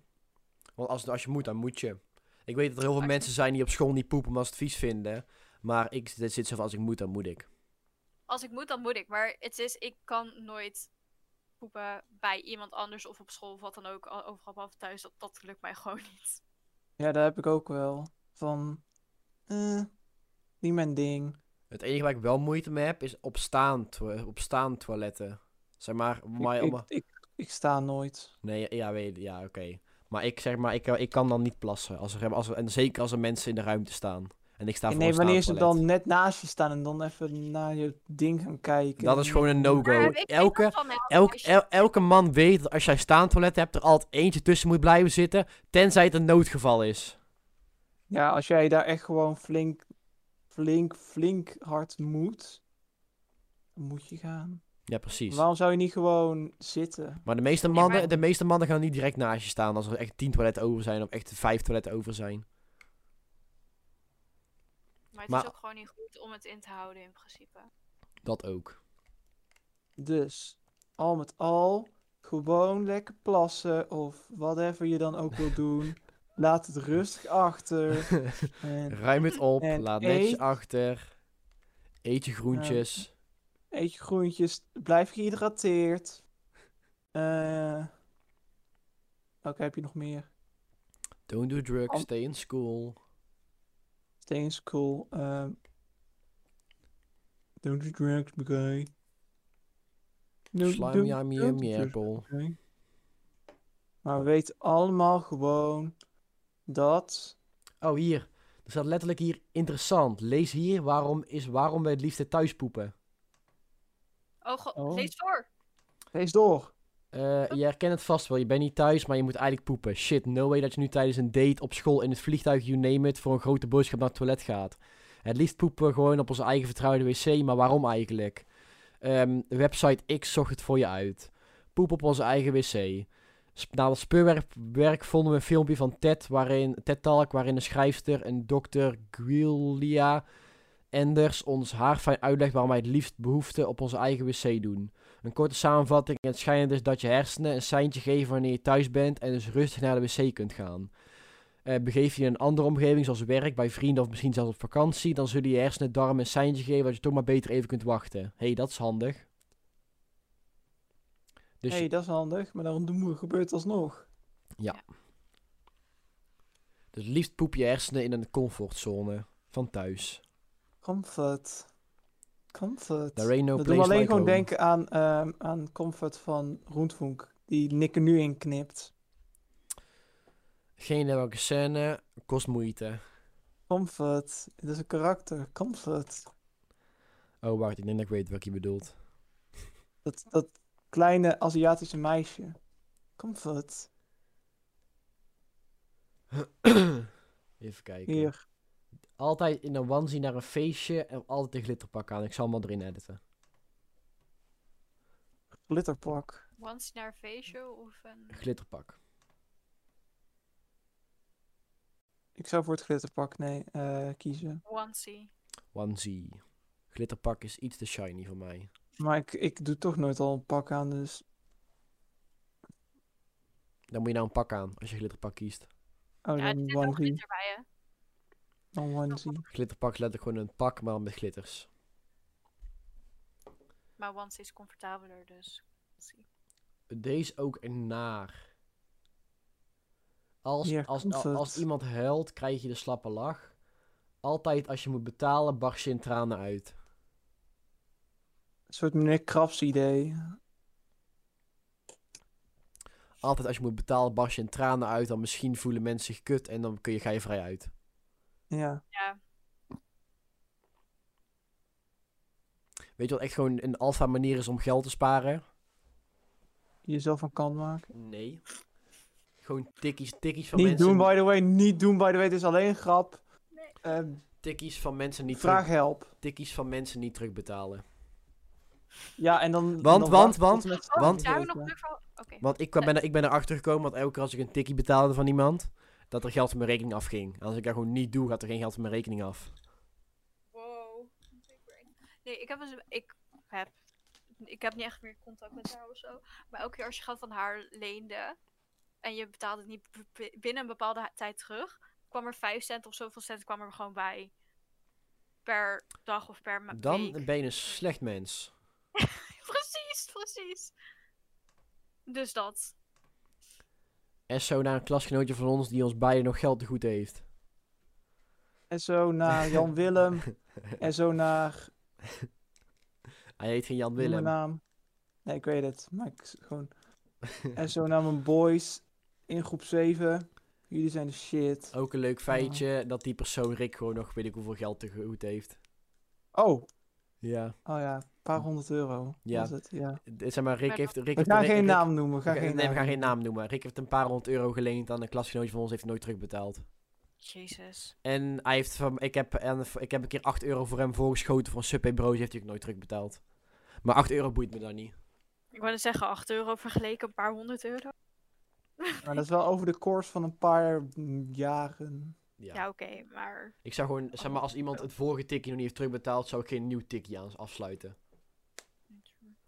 Speaker 1: Want als, als je moet, dan moet je. Ik weet dat er heel veel
Speaker 2: Maar-
Speaker 1: mensen zijn die op school niet poepen omdat ze het vies vinden. Maar ik zit zit zo van, als ik moet, dan moet ik.
Speaker 2: Als ik moet, dan moet ik. Maar het is, ik kan nooit poepen bij iemand anders of op school of wat dan ook. al- Overal behalve thuis. Dat, dat lukt mij gewoon
Speaker 1: <laughs>
Speaker 2: niet.
Speaker 3: Ja, dat heb ik ook wel. Van, eh, niet mijn ding.
Speaker 1: Het enige waar ik wel moeite mee heb, is op staan, to- op staan toiletten. Zeg maar, maar,
Speaker 3: ik, ik, ik, ik sta nooit.
Speaker 1: Nee, ja, weet, ja oké. Maar ik zeg maar, ik, eh, ik kan dan niet plassen. Als er, als er- en zeker als er mensen in de ruimte staan. En ik sta voor
Speaker 3: nee,
Speaker 1: een
Speaker 3: wanneer ze
Speaker 1: staantoilet.
Speaker 3: dan net naast je staan en dan even naar je ding gaan kijken.
Speaker 1: Dat is gewoon een
Speaker 2: Maar
Speaker 1: no-go.
Speaker 2: heb ik- ik
Speaker 1: Elke,
Speaker 2: kan van mij
Speaker 1: Elk,
Speaker 2: als-
Speaker 1: el- elke man weet dat als jij staantoilet hebt, er altijd eentje tussen moet blijven zitten. Tenzij het een noodgeval is.
Speaker 3: Ja, als jij daar echt gewoon flink, flink, flink hard moet, dan moet je gaan.
Speaker 1: Ja, precies.
Speaker 3: Waarom zou je niet gewoon zitten?
Speaker 1: Maar de meeste
Speaker 2: maar-
Speaker 1: mannen, de meeste mannen gaan niet direct naast je staan als er echt tien toiletten over zijn of echt vijf toiletten over zijn.
Speaker 2: Maar het
Speaker 1: Maar-
Speaker 2: is ook gewoon niet goed om het in te houden in principe.
Speaker 1: Dat ook.
Speaker 3: Dus, al met al, gewoon lekker plassen of whatever je dan ook
Speaker 1: <laughs>
Speaker 3: wil doen. Laat het rustig achter.
Speaker 1: Eh.
Speaker 3: En
Speaker 1: Ruim het op,
Speaker 3: En
Speaker 1: laat netjes
Speaker 3: eet.
Speaker 1: achter. Eet je groentjes.
Speaker 3: eet je groentjes. Blijf gehydrateerd. Eh, Welke heb je nog meer?
Speaker 1: Don't do drugs,
Speaker 3: Am-
Speaker 1: stay in school.
Speaker 3: Stay in school. ehm, don't do drugs, guy. Don't-
Speaker 1: Slime
Speaker 3: don't-
Speaker 1: yummy
Speaker 3: don't do
Speaker 1: yummy
Speaker 3: drugs.
Speaker 1: apple.
Speaker 3: Oké. Maar we weten allemaal gewoon dat.
Speaker 1: Oh, hier. Er staat letterlijk hier interessant. Lees hier waarom, is waarom we het liefste thuis poepen.
Speaker 2: Oh god,
Speaker 3: Oh.
Speaker 2: lees voor.
Speaker 3: Lees door.
Speaker 1: Eh, je herkent het vast wel. Je bent niet thuis, maar je moet eigenlijk poepen. Shit, no way dat je nu tijdens een date op school in het vliegtuig, you name it, voor een grote boodschap naar het toilet gaat. Het liefst poepen we gewoon op onze eigen vertrouwde wc, maar waarom eigenlijk? Ehm, website X zocht het voor je uit. Poep op onze eigen wc. Sp- Na het speurwerk werk vonden we een filmpje van Ted, waarin, Ted Talk, waarin een schrijfster, een dokter Giulia Enders, ons haarfijn uitlegt waarom wij het liefst behoefte op onze eigen wc doen. Een korte samenvatting. Het schijnt dus dat je hersenen een seintje geven wanneer je thuis bent en dus rustig naar de wc kunt gaan. Eh, begeef je in een andere omgeving, zoals werk, bij vrienden of misschien zelfs op vakantie, dan zullen je hersenen darmen een seintje geven dat je toch maar beter even kunt wachten. Hé, hey, dat is handig. Dus
Speaker 3: Hé, hey, dat is handig, maar daarom doen we gebeurt het alsnog.
Speaker 1: Dus het liefst poep je hersenen in een comfortzone van thuis.
Speaker 3: Comfort. Comfort.
Speaker 1: There ain't no
Speaker 3: dat doen
Speaker 1: place
Speaker 3: we alleen
Speaker 1: like
Speaker 3: gewoon
Speaker 1: home.
Speaker 3: denken aan, ehm, aan Comfort van Roentvonk, die Nick er nu in knipt.
Speaker 1: Geen idee welke scène, kost moeite.
Speaker 3: Comfort, dat is een karakter. Comfort.
Speaker 1: Oh, wacht, ik denk dat ik weet welke je bedoelt.
Speaker 3: Dat, dat kleine Aziatische meisje. Comfort.
Speaker 1: Even kijken.
Speaker 3: Hier.
Speaker 1: Altijd in een onesie naar een feestje en altijd een glitterpak aan. Ik zal hem wel erin editen.
Speaker 3: Glitterpak.
Speaker 2: Once naar een feestje of een...
Speaker 1: Een glitterpak.
Speaker 3: Ik zou voor het glitterpak nee, eh, kiezen.
Speaker 2: Onesie.
Speaker 1: Onesie. Glitterpak is iets te shiny voor mij.
Speaker 3: Maar ik, ik doe toch nooit al een pak aan, dus...
Speaker 1: Dan moet je nou een pak aan als je glitterpak kiest.
Speaker 3: Oh,
Speaker 2: Ja, er
Speaker 3: dan
Speaker 2: zit ook
Speaker 3: onesie.
Speaker 2: glitter bij, hè?
Speaker 3: Dan onesie.
Speaker 1: Glitterpak is letterlijk gewoon een pak, maar met glitters.
Speaker 2: Maar onesie is comfortabeler, dus... onesie.
Speaker 1: Deze ook naar. Als,
Speaker 3: Hier
Speaker 1: als,
Speaker 3: komt
Speaker 1: als,
Speaker 3: het.
Speaker 1: als iemand huilt, krijg je de slappe lach. Altijd als je moet betalen, barst je in tranen uit.
Speaker 3: Een soort meneer Krabs idee.
Speaker 1: Altijd als je moet betalen, barst je in tranen uit. Dan misschien voelen mensen zich kut en dan kun je, ga je vrij uit.
Speaker 3: Ja.
Speaker 2: Ja,
Speaker 1: Weet je wat echt gewoon een alfa manier is om geld te sparen?
Speaker 3: die Jezelf van kan maken.
Speaker 1: Nee. Gewoon tikkies, tikkies van
Speaker 3: Niet
Speaker 1: mensen.
Speaker 3: doen, by the way. Niet doen, by the way. Dit is alleen een grap.
Speaker 2: Nee.
Speaker 3: Ehm,
Speaker 1: Tikkies van mensen niet
Speaker 3: vraag
Speaker 1: terug,
Speaker 3: help.
Speaker 1: tikkies van mensen niet terugbetalen.
Speaker 3: Ja, en dan...
Speaker 1: Want,
Speaker 3: dan
Speaker 1: want,
Speaker 3: wacht
Speaker 1: want,
Speaker 3: tot en met-
Speaker 2: Oh,
Speaker 1: want-
Speaker 2: daar hebben we nog een leuk verhaal. Oké.
Speaker 1: Want ik kwam- ben, er- ik ben erachter gekomen dat elke keer als ik een tikkie betaalde van iemand, dat er geld van mijn rekening afging. En als ik dat gewoon niet doe, gaat er geen geld van mijn rekening af.
Speaker 2: Wow. Big brain. Nee, ik heb, eens, ik, heb, ik heb niet echt meer contact met haar of zo. Maar elke keer als je geld van haar leende en je betaalde het niet b- b- binnen een bepaalde ha- tijd terug, kwam er 5 cent of zoveel cent kwam er gewoon bij. Per dag of per maand.
Speaker 1: Dan ben je een slecht mens.
Speaker 2: <laughs> Precies, precies. Dus dat.
Speaker 1: En zo naar een klasgenootje van ons die ons beiden nog geld te goed heeft.
Speaker 3: En zo
Speaker 1: <laughs>
Speaker 3: naar Jan Willem. en zo naar...
Speaker 1: Hij heet geen Jan
Speaker 3: noem mijn
Speaker 1: Willem.
Speaker 3: naam. Nee, ik weet het. Maar ik s- gewoon... en zo naar mijn boys. In groep 7. Jullie zijn de shit.
Speaker 1: Ook een leuk feitje dat die persoon Rick gewoon nog weet ik hoeveel geld te goed heeft.
Speaker 3: Oh.
Speaker 1: Ja.
Speaker 3: Oh ja. Een paar honderd euro.
Speaker 1: Ja.
Speaker 3: Was het? ja.
Speaker 1: Zeg maar, Rick
Speaker 2: Maar
Speaker 1: heeft... Rick
Speaker 3: We
Speaker 1: heeft
Speaker 3: gaan
Speaker 1: Rick-
Speaker 3: geen
Speaker 1: Rick-
Speaker 3: naam noemen. We gaan
Speaker 1: Ga-
Speaker 3: geen
Speaker 1: nee, we
Speaker 3: naam
Speaker 1: gaan geen
Speaker 3: noemen.
Speaker 1: naam noemen. Rick heeft een paar honderd euro geleend aan een klasgenootje van ons, heeft nooit terugbetaald.
Speaker 2: Jezus.
Speaker 1: En hij heeft van, ik, heb, en, ik heb een keer 8 euro voor hem voorgeschoten voor een sub brood, heeft hij ook nooit terugbetaald. Maar 8 euro boeit me dan niet.
Speaker 2: Ik wilde zeggen, 8 euro vergeleken een paar honderd euro.
Speaker 3: Nou, Maar dat is wel over de koers van een paar mm, jaren.
Speaker 1: Ja.
Speaker 2: Ja, oké, maar...
Speaker 1: Ik zou gewoon, zeg maar, als iemand het vorige tikje nog niet heeft terugbetaald, zou ik geen nieuw tikje aan afsluiten.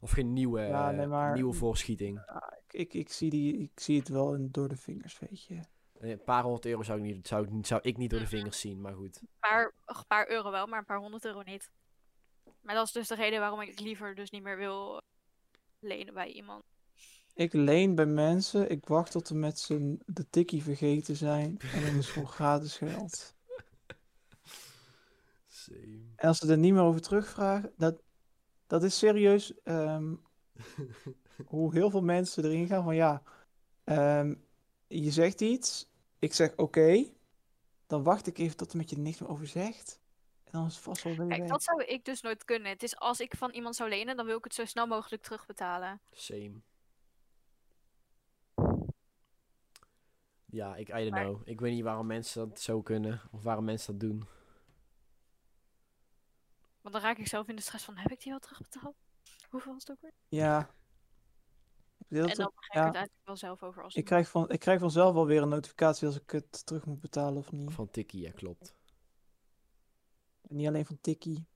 Speaker 1: Of geen nieuwe,
Speaker 3: Ja, nee,
Speaker 1: eh,
Speaker 3: maar-
Speaker 1: nieuwe voorschieting.
Speaker 3: Ik, ik, ik, zie die, ik zie het wel in, door de vingers, weet je.
Speaker 1: Eh, Een paar honderd euro zou ik, niet, zou, ik niet- zou ik niet door de vingers zien, maar goed.
Speaker 2: Een paar, een paar euro wel, maar een paar honderd euro niet. Maar dat is dus de reden waarom ik liever dus niet meer wil lenen bij iemand.
Speaker 3: Ik leen bij mensen, ik wacht tot er met z'n de tikkie vergeten zijn. En dan is het gewoon gratis geld.
Speaker 1: Same.
Speaker 3: En als ze er niet meer over terugvragen, dat, dat is serieus ehm, hoe heel veel mensen erin gaan van ja, ehm, je zegt iets, ik zeg oké, dan wacht ik even tot er met je niks meer over zegt. En dan is het vast wel weer
Speaker 2: Kijk,
Speaker 3: weg.
Speaker 2: dat zou ik dus nooit kunnen. Het is als ik van iemand zou lenen, dan wil ik het zo snel mogelijk terugbetalen.
Speaker 1: Same. Ja, ik I don't
Speaker 2: Maar-
Speaker 1: know. Ik weet niet waarom mensen dat zo kunnen. Of waarom mensen dat doen.
Speaker 2: Want dan raak ik zelf in de stress van, heb ik die wel terugbetaald? Hoeveel was het ook weer?
Speaker 3: Ja. Ik bedoel
Speaker 2: en
Speaker 3: dat
Speaker 2: dan
Speaker 3: ook-
Speaker 2: begrijp ik
Speaker 3: ja.
Speaker 2: het eigenlijk wel zelf over als
Speaker 3: Ik krijg, van, ik krijg vanzelf alweer een notificatie als ik het terug moet betalen of niet.
Speaker 1: Van tikkie, ja, klopt.
Speaker 3: En niet alleen van Tikkie.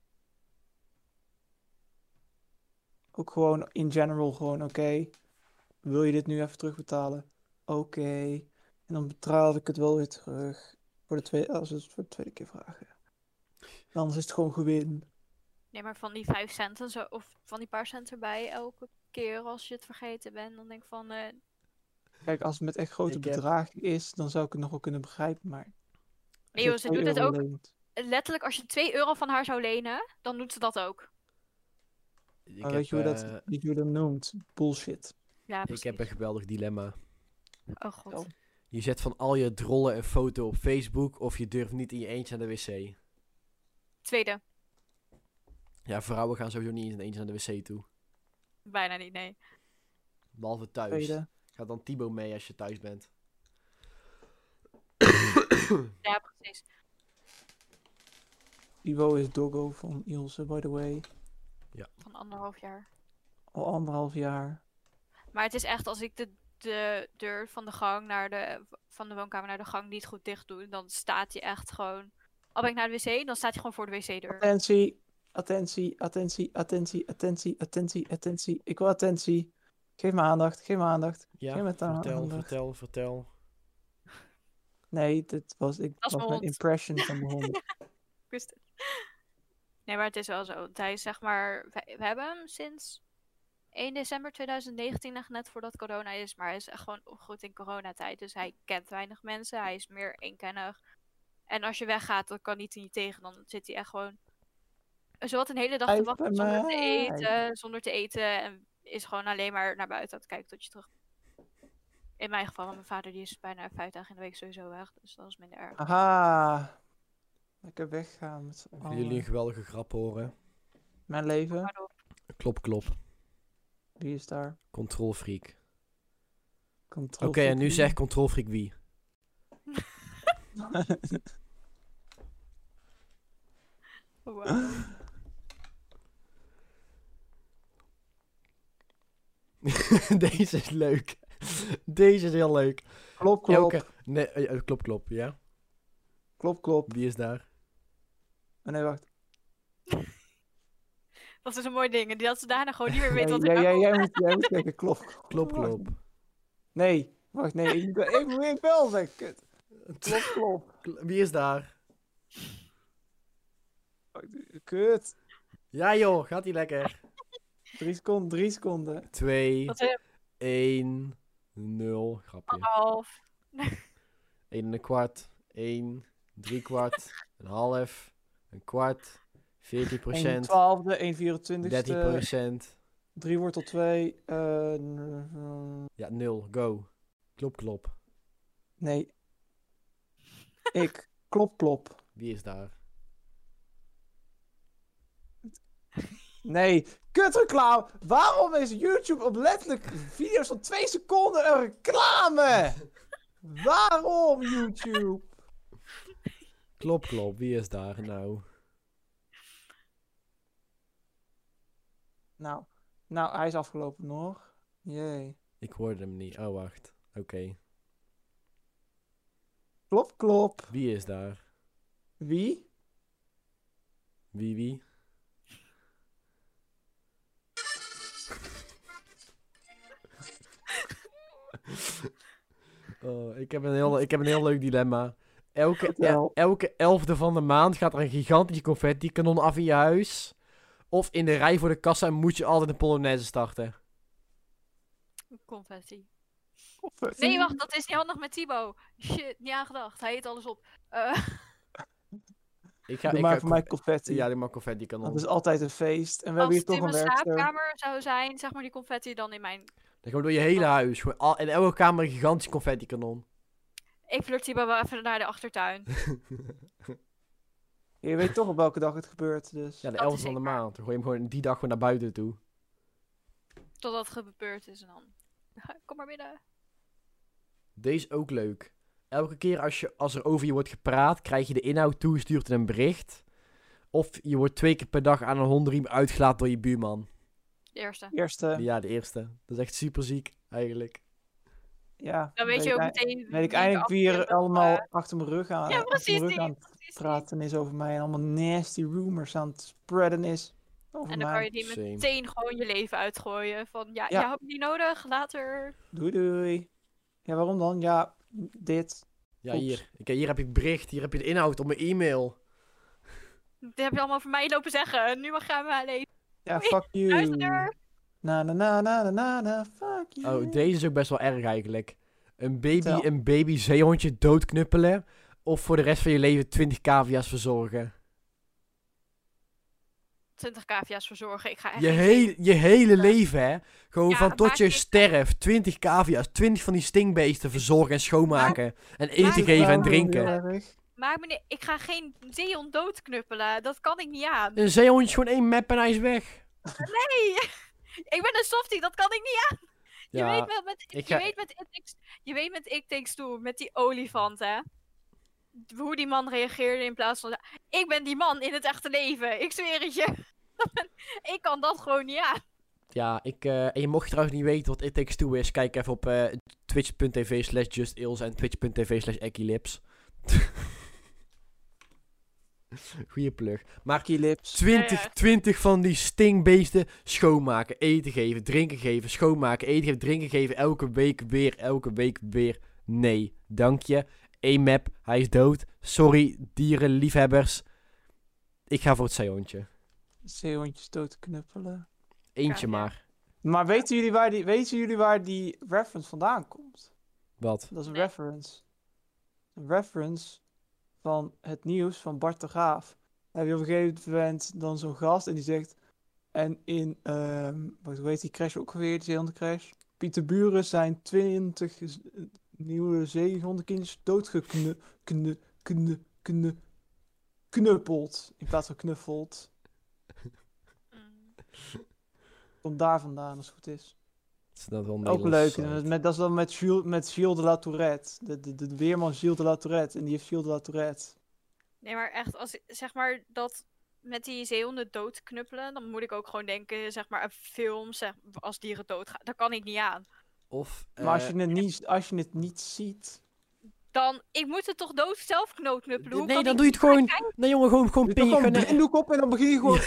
Speaker 3: Ook gewoon in general gewoon, oké, wil je dit nu even terugbetalen? Oké. En dan betaal ik het wel weer terug. Voor de tweede, als ze het voor de tweede keer vragen. En Anders is het gewoon gewin.
Speaker 2: Nee, maar van die vijf centen zo, of van die paar cent erbij elke keer als je het vergeten bent, dan denk ik van, eh,
Speaker 3: Kijk, als het met echt grote
Speaker 1: Ik heb-
Speaker 3: bedragen is, dan zou ik het nog wel kunnen begrijpen, maar...
Speaker 2: Nee, joh, ze doet het
Speaker 3: het
Speaker 2: ook. letterlijk als je 2 euro van haar zou lenen, dan doet ze dat ook.
Speaker 1: Ik
Speaker 3: Maar Ah, weet je hoe dat,
Speaker 1: eh,
Speaker 3: weet je hoe dat noemt? Bullshit.
Speaker 2: Ja,
Speaker 1: ik heb een
Speaker 2: precies.
Speaker 1: geweldig dilemma.
Speaker 2: Oh god.
Speaker 3: Zo.
Speaker 1: Je zet van al je drollen een foto op Facebook of je durft niet in je eentje naar de wc.
Speaker 2: Tweede.
Speaker 1: Ja, vrouwen gaan sowieso niet in hun eentje naar de wc toe.
Speaker 2: Bijna niet, nee.
Speaker 1: Behalve thuis.
Speaker 3: Tweede.
Speaker 1: Gaat dan Tibo mee als je thuis bent.
Speaker 2: Ja, precies.
Speaker 3: Ivo is Doggo van Ilse, by the way.
Speaker 2: Van anderhalf jaar.
Speaker 3: Al anderhalf jaar.
Speaker 2: Maar het is echt als ik de, de deur van de gang naar de, van de woonkamer naar de gang niet goed dicht doe, dan staat hij echt gewoon. Al ben ik naar de wc, dan staat hij gewoon voor de wc-deur.
Speaker 3: Attentie, attentie, attentie, attentie, attentie, attentie, attentie. Ik wil attentie. Geef me aandacht, geef me aandacht.
Speaker 1: Ja,
Speaker 3: Geef me ta-
Speaker 1: vertel,
Speaker 3: aandacht.
Speaker 1: vertel, vertel.
Speaker 3: Nee, dit was, ik,
Speaker 2: Dat is
Speaker 3: was
Speaker 2: mijn
Speaker 3: mijn
Speaker 2: hond.
Speaker 3: impression van mijn
Speaker 2: <laughs>
Speaker 3: hond.
Speaker 2: Ik wist het. Nee, maar het is wel zo. Want Hij is zeg maar. We, we hebben hem sinds 1 december 2019, echt net voordat corona is. Maar hij is echt gewoon opgegroeid in coronatijd. Dus hij kent weinig mensen. Hij is meer eenkennig. En als je weggaat, dan kan hij het niet tegen. Dan zit hij echt gewoon. Zowat een hele dag
Speaker 3: Hij
Speaker 2: te
Speaker 3: is bij
Speaker 2: wachten zonder te
Speaker 3: mij.
Speaker 2: eten. Zonder te eten. En is gewoon alleen maar naar buiten aan het kijken tot je terug. In mijn geval, want mijn vader die is bijna vijf dagen in de week sowieso weg. Dus dat is minder erg.
Speaker 3: Aha. Lekker weggaan met z'n
Speaker 1: Willen jullie een
Speaker 3: allen.
Speaker 1: geweldige grap horen?
Speaker 3: Mijn leven,
Speaker 2: Waardoor-
Speaker 1: Klop, klop.
Speaker 3: wie is daar?
Speaker 1: Control freak. Oké,
Speaker 3: Control
Speaker 1: en nu
Speaker 3: freak.
Speaker 1: zegt control freak wie? <laughs>
Speaker 2: <laughs> Oh, Wow.
Speaker 1: Deze is leuk. <laughs> Deze is heel leuk.
Speaker 3: <laughs> Klop, klop,
Speaker 1: Elke... Nee, eh, eh, klop, klop, ja.
Speaker 3: klop, klop.
Speaker 1: Wie is daar?
Speaker 3: Oh, Nee, wacht.
Speaker 2: Dat is een mooi ding. En dat ze daarna gewoon niet meer
Speaker 3: Nee,
Speaker 2: weten wat er
Speaker 3: jij,
Speaker 2: nou
Speaker 3: jij,
Speaker 2: komt.
Speaker 3: jij moet, jij moet zeggen klop, klop.
Speaker 1: Klop,
Speaker 3: Wacht.
Speaker 1: klop.
Speaker 3: Nee, wacht, nee. Ik moet ik moet weer wel zeggen, kut.
Speaker 1: <laughs>
Speaker 3: Klop, klop.
Speaker 1: Kl- Wie is daar?
Speaker 3: Kut.
Speaker 1: Ja joh, gaat ie lekker.
Speaker 3: Drie seconden, drie seconden.
Speaker 1: 2,
Speaker 2: Dat is
Speaker 1: 1, 0. Grapje.
Speaker 2: half.
Speaker 1: 1 en een kwart, 1, 3 kwart, een half, een kwart, 14
Speaker 3: 1
Speaker 1: procent,
Speaker 3: 12e, 1 24
Speaker 1: 13
Speaker 3: e
Speaker 1: procent.
Speaker 3: 3 wortel 2. eh, n- n-
Speaker 1: Ja, 0, go. Klop, klop.
Speaker 3: nee. Ik. Klop, klop.
Speaker 1: Wie is daar?
Speaker 3: Nee. Kut reclame. Waarom is YouTube op letterlijk video's van 2 seconden een reclame? Waarom YouTube?
Speaker 1: Klop, klop, wie is daar nou?
Speaker 3: Nou, nou hij is afgelopen nog. Jee.
Speaker 1: Ik hoorde hem niet. Oh, wacht. Oké.
Speaker 3: Klop, klop.
Speaker 1: Wie is daar?
Speaker 3: Wie?
Speaker 1: Wie, wie? <laughs> Oh, ik, heb een heel, ik heb een heel leuk dilemma. Elke, e-
Speaker 3: Vertel.
Speaker 1: elke elfde van de maand gaat er een gigantische confetti-kanon af in je huis. Of in de rij voor de kassa moet je altijd een polonaise starten.
Speaker 2: Confessie.
Speaker 3: Of-
Speaker 2: Nee, wacht, dat is niet handig met Tibo. Shit, niet aan gedacht. Hij eet alles op. Eh,
Speaker 1: Ik
Speaker 3: Ja,
Speaker 1: ik
Speaker 3: maak voor mij
Speaker 1: conf-
Speaker 3: confetti.
Speaker 1: Ja, die maak confetti-kanon.
Speaker 3: dat is altijd een feest. En we
Speaker 2: als
Speaker 3: hebben hier
Speaker 2: het
Speaker 3: toch
Speaker 2: in
Speaker 3: een
Speaker 2: mijn
Speaker 3: werkstel.
Speaker 2: slaapkamer zou zijn, zeg maar die confetti dan in mijn...
Speaker 1: Dan gewoon door je hele huis. Gewoon al, in elke kamer een gigantisch confetti-kanon. <laughs>
Speaker 2: Ik vlucht Tibo wel even naar de achtertuin.
Speaker 3: Je weet toch op welke dag het gebeurt, dus.
Speaker 1: Ja, de
Speaker 2: Dat
Speaker 1: elfde
Speaker 2: is
Speaker 1: van de
Speaker 2: zeker.
Speaker 1: maand. Dan gooi je hem gewoon die dag gewoon naar buiten toe.
Speaker 2: Totdat het gebeurd is en dan... <laughs> Kom maar binnen.
Speaker 1: Deze is ook leuk. Elke keer als, je, als er over je wordt gepraat, krijg je de inhoud toegestuurd in een bericht. Of je wordt twee keer per dag aan een hondenriem uitgelaten door je buurman.
Speaker 2: De eerste.
Speaker 3: Eerste,
Speaker 1: Ja, de eerste. Dat is echt super ziek, eigenlijk.
Speaker 3: ja.
Speaker 2: Dan weet je ook
Speaker 3: ik-
Speaker 2: meteen...
Speaker 3: weet ik
Speaker 2: wie
Speaker 3: eindelijk wie er
Speaker 2: afbeelding,
Speaker 3: allemaal achter mijn rug aan,
Speaker 2: eh, Ja,
Speaker 3: achter
Speaker 2: precies.
Speaker 3: mijn rug
Speaker 2: Die,
Speaker 3: aan het
Speaker 2: precies die.
Speaker 3: praten is over mij. En allemaal nasty rumors aan het spreaden is over
Speaker 2: En dan kan
Speaker 3: mij.
Speaker 2: je die
Speaker 1: Same.
Speaker 2: meteen gewoon je leven uitgooien. Van ja,
Speaker 3: Ja.
Speaker 2: ja. heb je niet nodig, later.
Speaker 3: Doei doei. Ja, waarom dan? Ja, dit.
Speaker 1: Ja,
Speaker 3: Oeps.
Speaker 1: hier. Ik, hier heb je het bericht, hier heb je de inhoud op mijn e-mail.
Speaker 2: Dit heb je allemaal voor mij lopen zeggen. Nu mag jij maar alleen.
Speaker 3: Ja,
Speaker 2: Oei,
Speaker 3: fuck you.
Speaker 2: Luister.
Speaker 3: Na na na na na na na, fuck you.
Speaker 1: Oh, deze is ook best wel erg eigenlijk. Een baby,
Speaker 3: Vertel.
Speaker 1: een baby zeehondje doodknuppelen. Of voor de rest van je leven 20 cavia's verzorgen.
Speaker 2: 20 cavia's verzorgen. Ik ga echt.
Speaker 1: Je,
Speaker 2: niet-
Speaker 1: hele je hele leven, hè? Gewoon
Speaker 2: Ja,
Speaker 1: van tot
Speaker 2: maak
Speaker 1: je
Speaker 2: je-
Speaker 1: sterft. 20 cavia's, 20 van die stingbeesten verzorgen en schoonmaken. En
Speaker 2: maak
Speaker 1: eten
Speaker 2: het
Speaker 1: geven en
Speaker 3: Waarom
Speaker 1: drinken.
Speaker 3: heel erg?
Speaker 2: Maar meneer, ik ga geen zeehond doodknuppelen. Dat kan ik niet aan. <laughs>
Speaker 1: Een zeehondje is gewoon één map en hij is weg.
Speaker 2: Nee. ik ben een softie. Dat kan ik niet aan.
Speaker 1: Ja,
Speaker 2: Je weet wel met.
Speaker 1: ik
Speaker 2: Je
Speaker 1: ga-
Speaker 2: weet met. It Takes- Je weet met ik takes toe. Met die olifant, hè. Hoe die man reageerde in plaats van. Ik ben die man in het echte leven. Ik zweer het je. <laughs> ik kan dat gewoon niet aan.
Speaker 1: ja ik, eh, en je mocht trouwens niet weten wat It Takes Two is. Kijk even op eh, twitch.tv slash justils en twitch.tv slash equilips. <laughs> Goeie plug. Maar
Speaker 3: Fuck you, lips.
Speaker 1: 20,
Speaker 2: Ja, ja.
Speaker 1: 20 van die stingbeesten schoonmaken, eten geven, drinken geven, schoonmaken, eten geven, drinken geven. Elke week weer, elke week weer. Nee, dank je. Eén map, hij is dood. Sorry, dierenliefhebbers. Ik ga voor het zeehondje.
Speaker 3: Zeehondjes dood te knuppelen.
Speaker 1: Eentje
Speaker 2: Ja, ja.
Speaker 1: maar.
Speaker 3: Maar weten jullie, waar die, weten jullie waar die reference vandaan komt?
Speaker 1: Wat?
Speaker 3: Dat is een
Speaker 2: Nee.
Speaker 3: reference. Een reference van het nieuws van Bart de Graaf. Heb je op een gegeven moment dan zo'n gast en die zegt... En in, ehm wat weet die crash ook alweer, die zeehondencrash? Pieter Buren zijn 20 z- nieuwe zeehondenkindjes doodgeknuppeld. Knu, knu, knu, knuppeld. In plaats van knuffeld. Komt daar vandaan, als het goed is.
Speaker 1: Is dat wel
Speaker 3: Ook
Speaker 1: Nederlands?
Speaker 3: leuk. En dat- met, dat is dan met Gilles, met Gilles de La Tourette. De, de, de weerman Gilles de La Tourette. En die heeft Gilles de La Tourette.
Speaker 2: Nee, maar echt, als ik- zeg maar dat met die zeehonden doodknuppelen, dan moet ik ook gewoon denken, zeg maar, een film, zeg, als dieren doodgaan. Dat kan ik niet aan.
Speaker 1: Of,
Speaker 3: Maar als
Speaker 1: eh,
Speaker 3: je, het niet, als je het niet ziet...
Speaker 2: Dan, ik moet het toch dood zelf
Speaker 1: d-
Speaker 2: knootknuppelen. Hoe
Speaker 1: nee,
Speaker 2: kan
Speaker 1: dan
Speaker 2: ik-
Speaker 1: doe je het gewoon. Nee jongen, gewoon, gewoon
Speaker 3: Doe toch gewoon een
Speaker 1: pinata.
Speaker 3: blinddoek op en dan begin je gewoon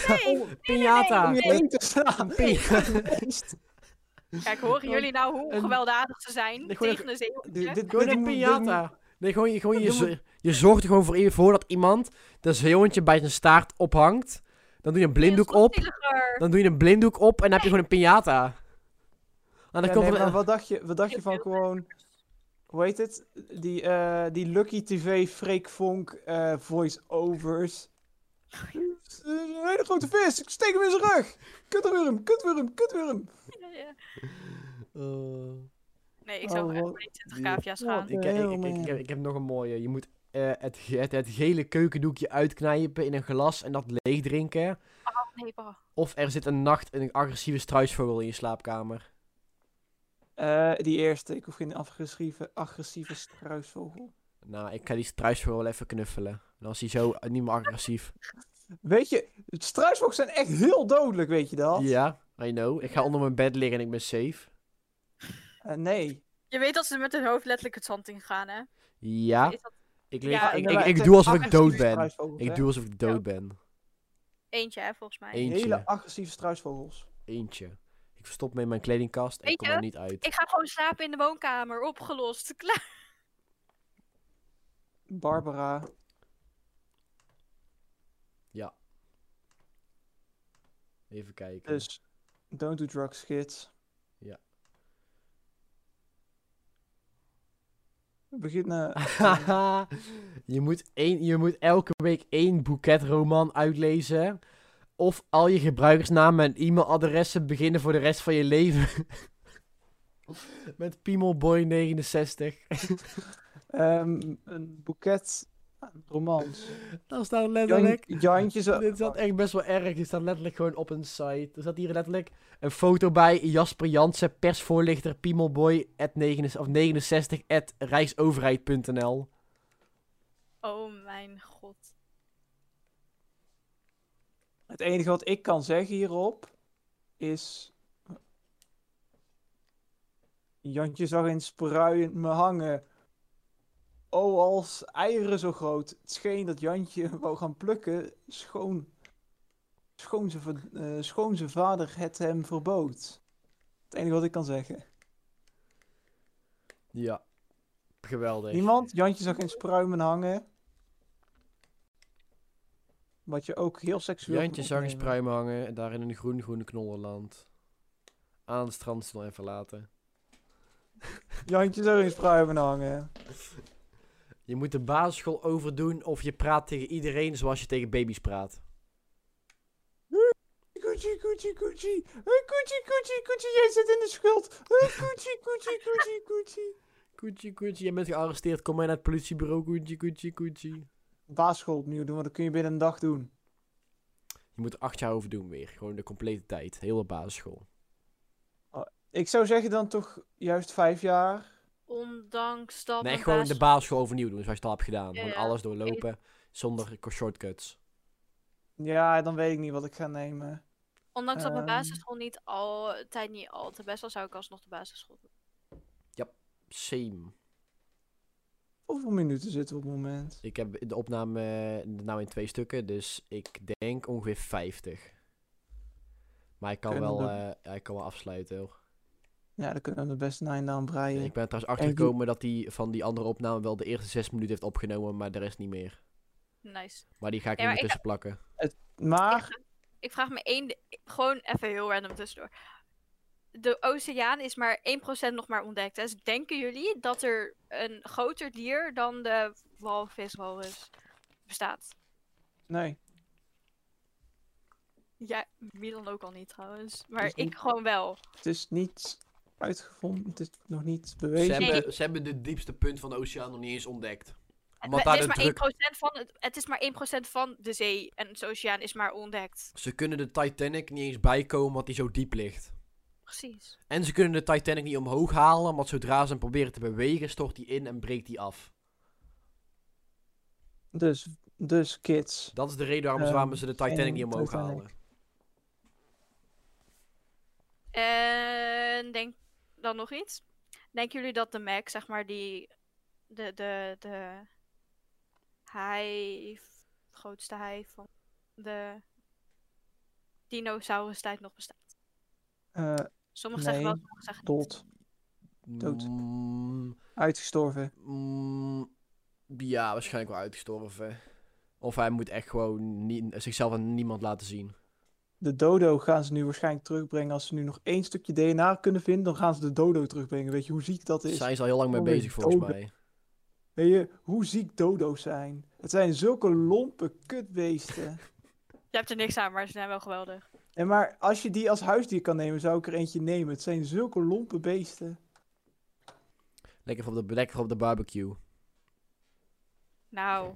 Speaker 1: Pinata.
Speaker 3: om je heen te slaan.
Speaker 2: Kijk, horen jullie nou hoe
Speaker 1: Een-
Speaker 2: gewelddadig ze zijn
Speaker 1: Nee, gewoon
Speaker 2: tegen een
Speaker 3: Dit-
Speaker 2: zeehond?
Speaker 3: dit-
Speaker 1: Gewoon
Speaker 3: dit
Speaker 1: een
Speaker 3: moet- dit
Speaker 1: piñata. Nee, gewoon, je- gewoon je,
Speaker 3: Dat moet-
Speaker 1: zor- je zorgt er gewoon voor, voor dat iemand dat zeehondje bij zijn staart ophangt. Dan doe je een blinddoek op. Dan doe je een blinddoek op en dan heb je gewoon een piñata. En dan
Speaker 3: Ja,
Speaker 1: komt
Speaker 3: nee,
Speaker 1: er-
Speaker 3: maar wat dacht je, wat dacht je van gewoon... Hoe heet het? Die, eh, die Lucky TV Freek Vonk eh, voice-overs. Eh, Een hele grote vis, ik steek hem in zijn rug. Kutwurm, kutwurm, kutwurm.
Speaker 2: Ja. Oh.
Speaker 1: Eh,
Speaker 2: Nee, ik
Speaker 3: Oh,
Speaker 2: zou echt
Speaker 3: wat-
Speaker 2: bij 20
Speaker 1: Ja.
Speaker 2: cavia's
Speaker 3: Ja,
Speaker 2: gaan.
Speaker 1: ik, ik, ik, ik,
Speaker 3: Helemaal.
Speaker 1: ik heb, ik heb nog een mooie. Je moet eh, het, ge- het, het gele keukendoekje uitknijpen in een glas en dat leeg drinken.
Speaker 2: Nee, bah.
Speaker 1: Of er zit een nacht een agressieve struisvogel in je slaapkamer.
Speaker 3: Eh, die eerste, ik hoef geen afgeschreven, agressieve struisvogel.
Speaker 1: Nou, ik ga die struisvogel even knuffelen. Dan is hij zo eh, niet meer agressief.
Speaker 3: Weet je, struisvogels zijn echt heel dodelijk, weet je dat?
Speaker 1: Ja, I know. Ik ga onder mijn bed liggen en ik ben safe.
Speaker 3: Eh, nee.
Speaker 2: Je weet dat ze met hun hoofd letterlijk het zand in gaan, hè?
Speaker 1: Ja.
Speaker 2: Is dat
Speaker 1: Ik, leef,
Speaker 2: Ja,
Speaker 1: ik, ik,
Speaker 2: inderdaad,
Speaker 1: ik
Speaker 3: het
Speaker 1: doe
Speaker 3: zijn
Speaker 1: alsof ik dood
Speaker 3: agressieve
Speaker 1: ben.
Speaker 3: struisvogels, hè?
Speaker 1: Ik doe alsof ik
Speaker 2: Ja.
Speaker 1: dood ben.
Speaker 2: Eentje, hè, volgens mij.
Speaker 1: Eentje.
Speaker 3: Hele agressieve struisvogels.
Speaker 1: Eentje. Ik verstop me in mijn kledingkast en
Speaker 2: Weet
Speaker 1: kom
Speaker 2: je,
Speaker 1: er niet uit.
Speaker 2: Ik ga gewoon slapen in de woonkamer. Opgelost. Klaar.
Speaker 3: Barbara.
Speaker 1: Even kijken.
Speaker 3: Dus, don't do drugs, kids.
Speaker 1: Ja.
Speaker 3: We beginnen...
Speaker 1: <laughs> Haha. <laughs> je, moet één, je moet elke week één boeketroman uitlezen. Of al je gebruikersnamen en e-mailadressen beginnen voor de rest van je leven. <laughs> Met Piemelboy69.
Speaker 3: ehm, een boeket aan romans.
Speaker 1: Dat staat
Speaker 3: Jan,
Speaker 1: letterlijk.
Speaker 3: Jantje zo...
Speaker 1: Dit zat echt best wel erg. Dit staat letterlijk gewoon op een site. Er zat hier letterlijk een foto bij Jasper Jansen, persvoorlichter Piemelboy at 69, of 69 at rijksoverheid.nl.
Speaker 2: Oh mijn god.
Speaker 3: Het enige wat ik kan zeggen hierop is... Jantje zag een spruiend me hangen. O, als eieren zo groot. Het scheen dat Jantje <laughs> wou gaan plukken. Schoon, schoon, zijn, ver- eh, schoon zijn vader het hem verbood. Het enige wat ik kan zeggen.
Speaker 1: Ja. Geweldig.
Speaker 3: Niemand? Jantje zag een spruimen hangen. Wat je ook heel seksueel kan
Speaker 1: Jantje zag eens
Speaker 3: opnemen.
Speaker 1: pruimen hangen en daar in een groen groene knollenland. Aan het strand snel en verlaten.
Speaker 3: Jantje zag een spruimen hangen.
Speaker 1: Je moet de basisschool overdoen of je praat tegen iedereen zoals je tegen baby's praat.
Speaker 3: Koetje, koetje, koetje. Hey, Koetje, koetje, koetje. Jij zit in de schuld. Hey, Koetje, koetje, koetje, koetje.
Speaker 1: Koetje, koetje, je bent gearresteerd. Kom maar naar het politiebureau. Koetje, koetje, koetje.
Speaker 3: Basisschool opnieuw doen, want dat kun je binnen een dag doen.
Speaker 1: Je moet er acht jaar over doen weer. Gewoon de complete tijd. Heel de basisschool.
Speaker 3: Ik zou zeggen dan toch juist vijf jaar.
Speaker 2: Ondanks dat.
Speaker 1: nee,
Speaker 2: een
Speaker 1: gewoon de
Speaker 2: baas-
Speaker 1: basisschool overnieuw doen zoals je dat hebt gedaan.
Speaker 2: Ja,
Speaker 1: Gewoon
Speaker 2: ja.
Speaker 1: alles doorlopen zonder shortcuts.
Speaker 3: Ja, dan weet ik niet wat ik ga nemen.
Speaker 2: Ondanks dat mijn
Speaker 3: Ehm.
Speaker 2: basisschool niet altijd niet al te best was, zou ik alsnog de basisschool doen.
Speaker 1: Same.
Speaker 3: Hoeveel minuten zitten we op het moment?
Speaker 1: Ik heb de opname eh, nou in twee stukken, dus ik denk ongeveer 50. Maar ik kan,
Speaker 3: Kunnen
Speaker 1: wel,
Speaker 3: we-
Speaker 1: eh, ja, ik kan wel afsluiten hoor.
Speaker 3: Ja, dan kunnen we er best een einde aan breien.
Speaker 1: Ik ben er trouwens achter
Speaker 3: En die-
Speaker 1: gekomen dat hij van die andere opname wel de eerste zes minuten heeft opgenomen, maar de rest niet meer.
Speaker 2: Nice.
Speaker 1: Maar die ga ik
Speaker 2: Ja,
Speaker 1: niet
Speaker 2: maar
Speaker 1: meer
Speaker 2: ik-
Speaker 1: tussen plakken.
Speaker 3: Maar
Speaker 2: Ik vraag me één. Gewoon even heel random tussendoor. De oceaan is maar 1% nog maar ontdekt. hè. Dus denken jullie dat er een groter dier dan de walvis walrus bestaat?
Speaker 3: nee.
Speaker 2: Ja, wie dan ook al niet trouwens. Maar
Speaker 3: Dus niet-
Speaker 2: ik gewoon wel.
Speaker 3: Het is niet uitgevonden, het is nog niet
Speaker 1: Ze
Speaker 3: bewezen.
Speaker 2: Nee.
Speaker 1: hebben, ze hebben de diepste punt van de oceaan nog niet eens ontdekt.
Speaker 2: Het,
Speaker 1: Omdat
Speaker 2: het
Speaker 1: daar
Speaker 2: is
Speaker 1: de
Speaker 2: dus maar
Speaker 1: druk-
Speaker 2: 1% van het, het is maar 1% van de zee. En de oceaan is maar ontdekt.
Speaker 1: Ze kunnen de Titanic niet eens bijkomen omdat die zo diep ligt.
Speaker 2: Precies.
Speaker 1: En ze kunnen de Titanic niet omhoog halen, want zodra ze hem proberen te bewegen, stort die in en breekt die af.
Speaker 3: Dus, dus kids.
Speaker 1: Dat is de reden waarom, ze-
Speaker 3: Ehm,
Speaker 1: waarom ze de Titanic
Speaker 3: geen
Speaker 1: niet omhoog
Speaker 3: Titanic.
Speaker 1: halen.
Speaker 2: En denk dan nog iets. Denken jullie dat de Mac, zeg maar, die. De, de, de haai. grootste haai van de dinosaurustijd nog bestaat?
Speaker 3: eh,
Speaker 2: Sommigen zeggen
Speaker 3: Nee,
Speaker 2: wel, sommigen zeggen niet.
Speaker 3: dood. Dood.
Speaker 1: Mm,
Speaker 3: Uitgestorven.
Speaker 1: mm, ja, waarschijnlijk wel uitgestorven. eh, Of hij moet echt gewoon nie- zichzelf aan niemand laten zien.
Speaker 3: De dodo gaan ze nu waarschijnlijk terugbrengen. Als ze nu nog één stukje DNA kunnen vinden, dan gaan ze de dodo terugbrengen. Weet je hoe ziek dat
Speaker 1: Daar
Speaker 3: is?
Speaker 1: zijn ze al heel lang mee
Speaker 3: Oh, die
Speaker 1: bezig volgens
Speaker 3: doden.
Speaker 1: mij.
Speaker 3: Weet je hoe ziek dodo's zijn? Het zijn zulke lompe kutbeesten.
Speaker 2: Je hebt er niks aan, maar ze zijn wel geweldig.
Speaker 3: en maar als je die als huisdier kan nemen, zou ik er eentje nemen. Het zijn zulke lompe beesten.
Speaker 1: Lekker op de, lekker op de barbecue.
Speaker 2: Nou,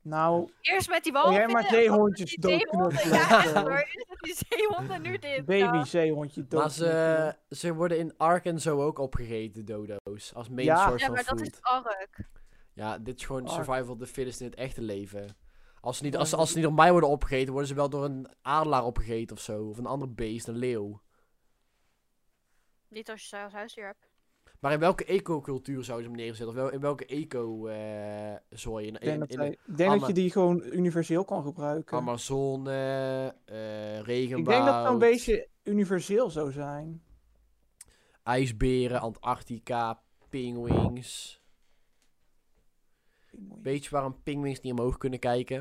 Speaker 3: Nou,
Speaker 2: eerst met die
Speaker 3: oh,
Speaker 2: walvissen.
Speaker 3: jij maar zeehondjes
Speaker 2: Die
Speaker 3: <laughs>
Speaker 2: zeehonden,
Speaker 3: doodknuffelen.
Speaker 2: ja, echt hoor. Eerst met die zeehonden, nu dit.
Speaker 3: Baby
Speaker 2: Nou,
Speaker 3: zeehondje
Speaker 1: Maar
Speaker 3: doodknuffelen.
Speaker 1: ze, eh, ze worden in Arkansas ook opgegeten, dodo's. Als main
Speaker 3: Ja.
Speaker 1: source
Speaker 2: Ja, maar
Speaker 1: van
Speaker 2: dat
Speaker 1: food.
Speaker 2: is ark.
Speaker 1: Ja, dit is gewoon
Speaker 3: Ark.
Speaker 1: survival of the fittest in het echte leven. Als ze, niet, als, ze- als ze niet door mij worden opgegeten, worden ze wel door een adelaar opgegeten of zo. Of een ander beest, een leeuw.
Speaker 2: Niet als je ze als huisdier hebt.
Speaker 1: Maar in welke ecocultuur zou je hem neerzetten? Of wel, in welke eco-zooi? in,
Speaker 3: Ik denk,
Speaker 1: eh, in,
Speaker 3: dat,
Speaker 1: in
Speaker 3: hij- ik denk dat
Speaker 1: Amma-
Speaker 3: je die gewoon universeel kan gebruiken.
Speaker 1: Amazone, eh regenwoud,
Speaker 3: ik denk dat het een beetje universeel zou zijn.
Speaker 1: ijsberen, Antarctica, pinguïns. Weet je waarom pinguïns niet omhoog kunnen kijken?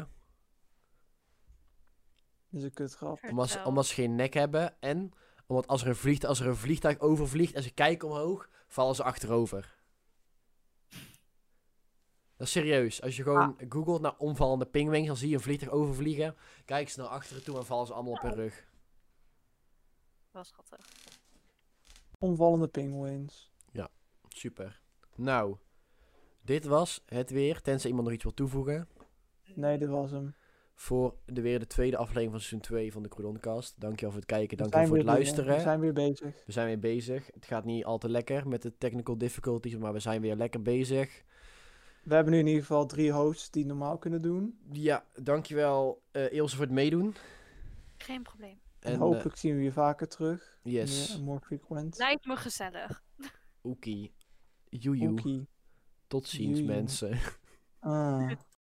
Speaker 3: Dat is een kutgrap.
Speaker 1: Omdat ze,
Speaker 2: Vertel.
Speaker 1: omdat ze geen nek hebben. En omdat als er, een vliegt, als er een vliegtuig overvliegt en ze kijken omhoog, vallen ze achterover. Dat is serieus. Als je
Speaker 3: Ah.
Speaker 1: gewoon googelt naar omvallende pinguïns, dan zie je een vliegtuig overvliegen. Kijken ze naar achteren toe en vallen ze allemaal op hun rug.
Speaker 2: Wel schattig.
Speaker 3: Omvallende penguins.
Speaker 1: Super. Nou, dit was het weer. Tenzij iemand nog iets wil toevoegen.
Speaker 3: Nee, dat was hem.
Speaker 1: voor de, weer de tweede aflevering van seizoen 2 van de Cordoncast. Dankjewel voor het kijken,
Speaker 3: We
Speaker 1: dankjewel
Speaker 3: zijn
Speaker 1: voor het
Speaker 3: weer binnen.
Speaker 1: luisteren.
Speaker 3: We zijn weer bezig.
Speaker 1: We zijn weer bezig. Het gaat niet al te lekker met de technical difficulties, maar we zijn weer lekker bezig.
Speaker 3: We hebben nu in ieder geval drie hosts die normaal kunnen doen.
Speaker 1: Ja, dankjewel eh Ilse voor het meedoen.
Speaker 2: Geen probleem.
Speaker 3: En,
Speaker 1: eh,
Speaker 3: hopelijk zien we je vaker terug.
Speaker 1: yes,
Speaker 3: Meer, more frequent.
Speaker 2: Lijkt me gezellig.
Speaker 1: eh, oekie. Joejoe.
Speaker 3: Oekie.
Speaker 1: Tot ziens
Speaker 3: Joejoe.
Speaker 1: mensen.
Speaker 3: Ah.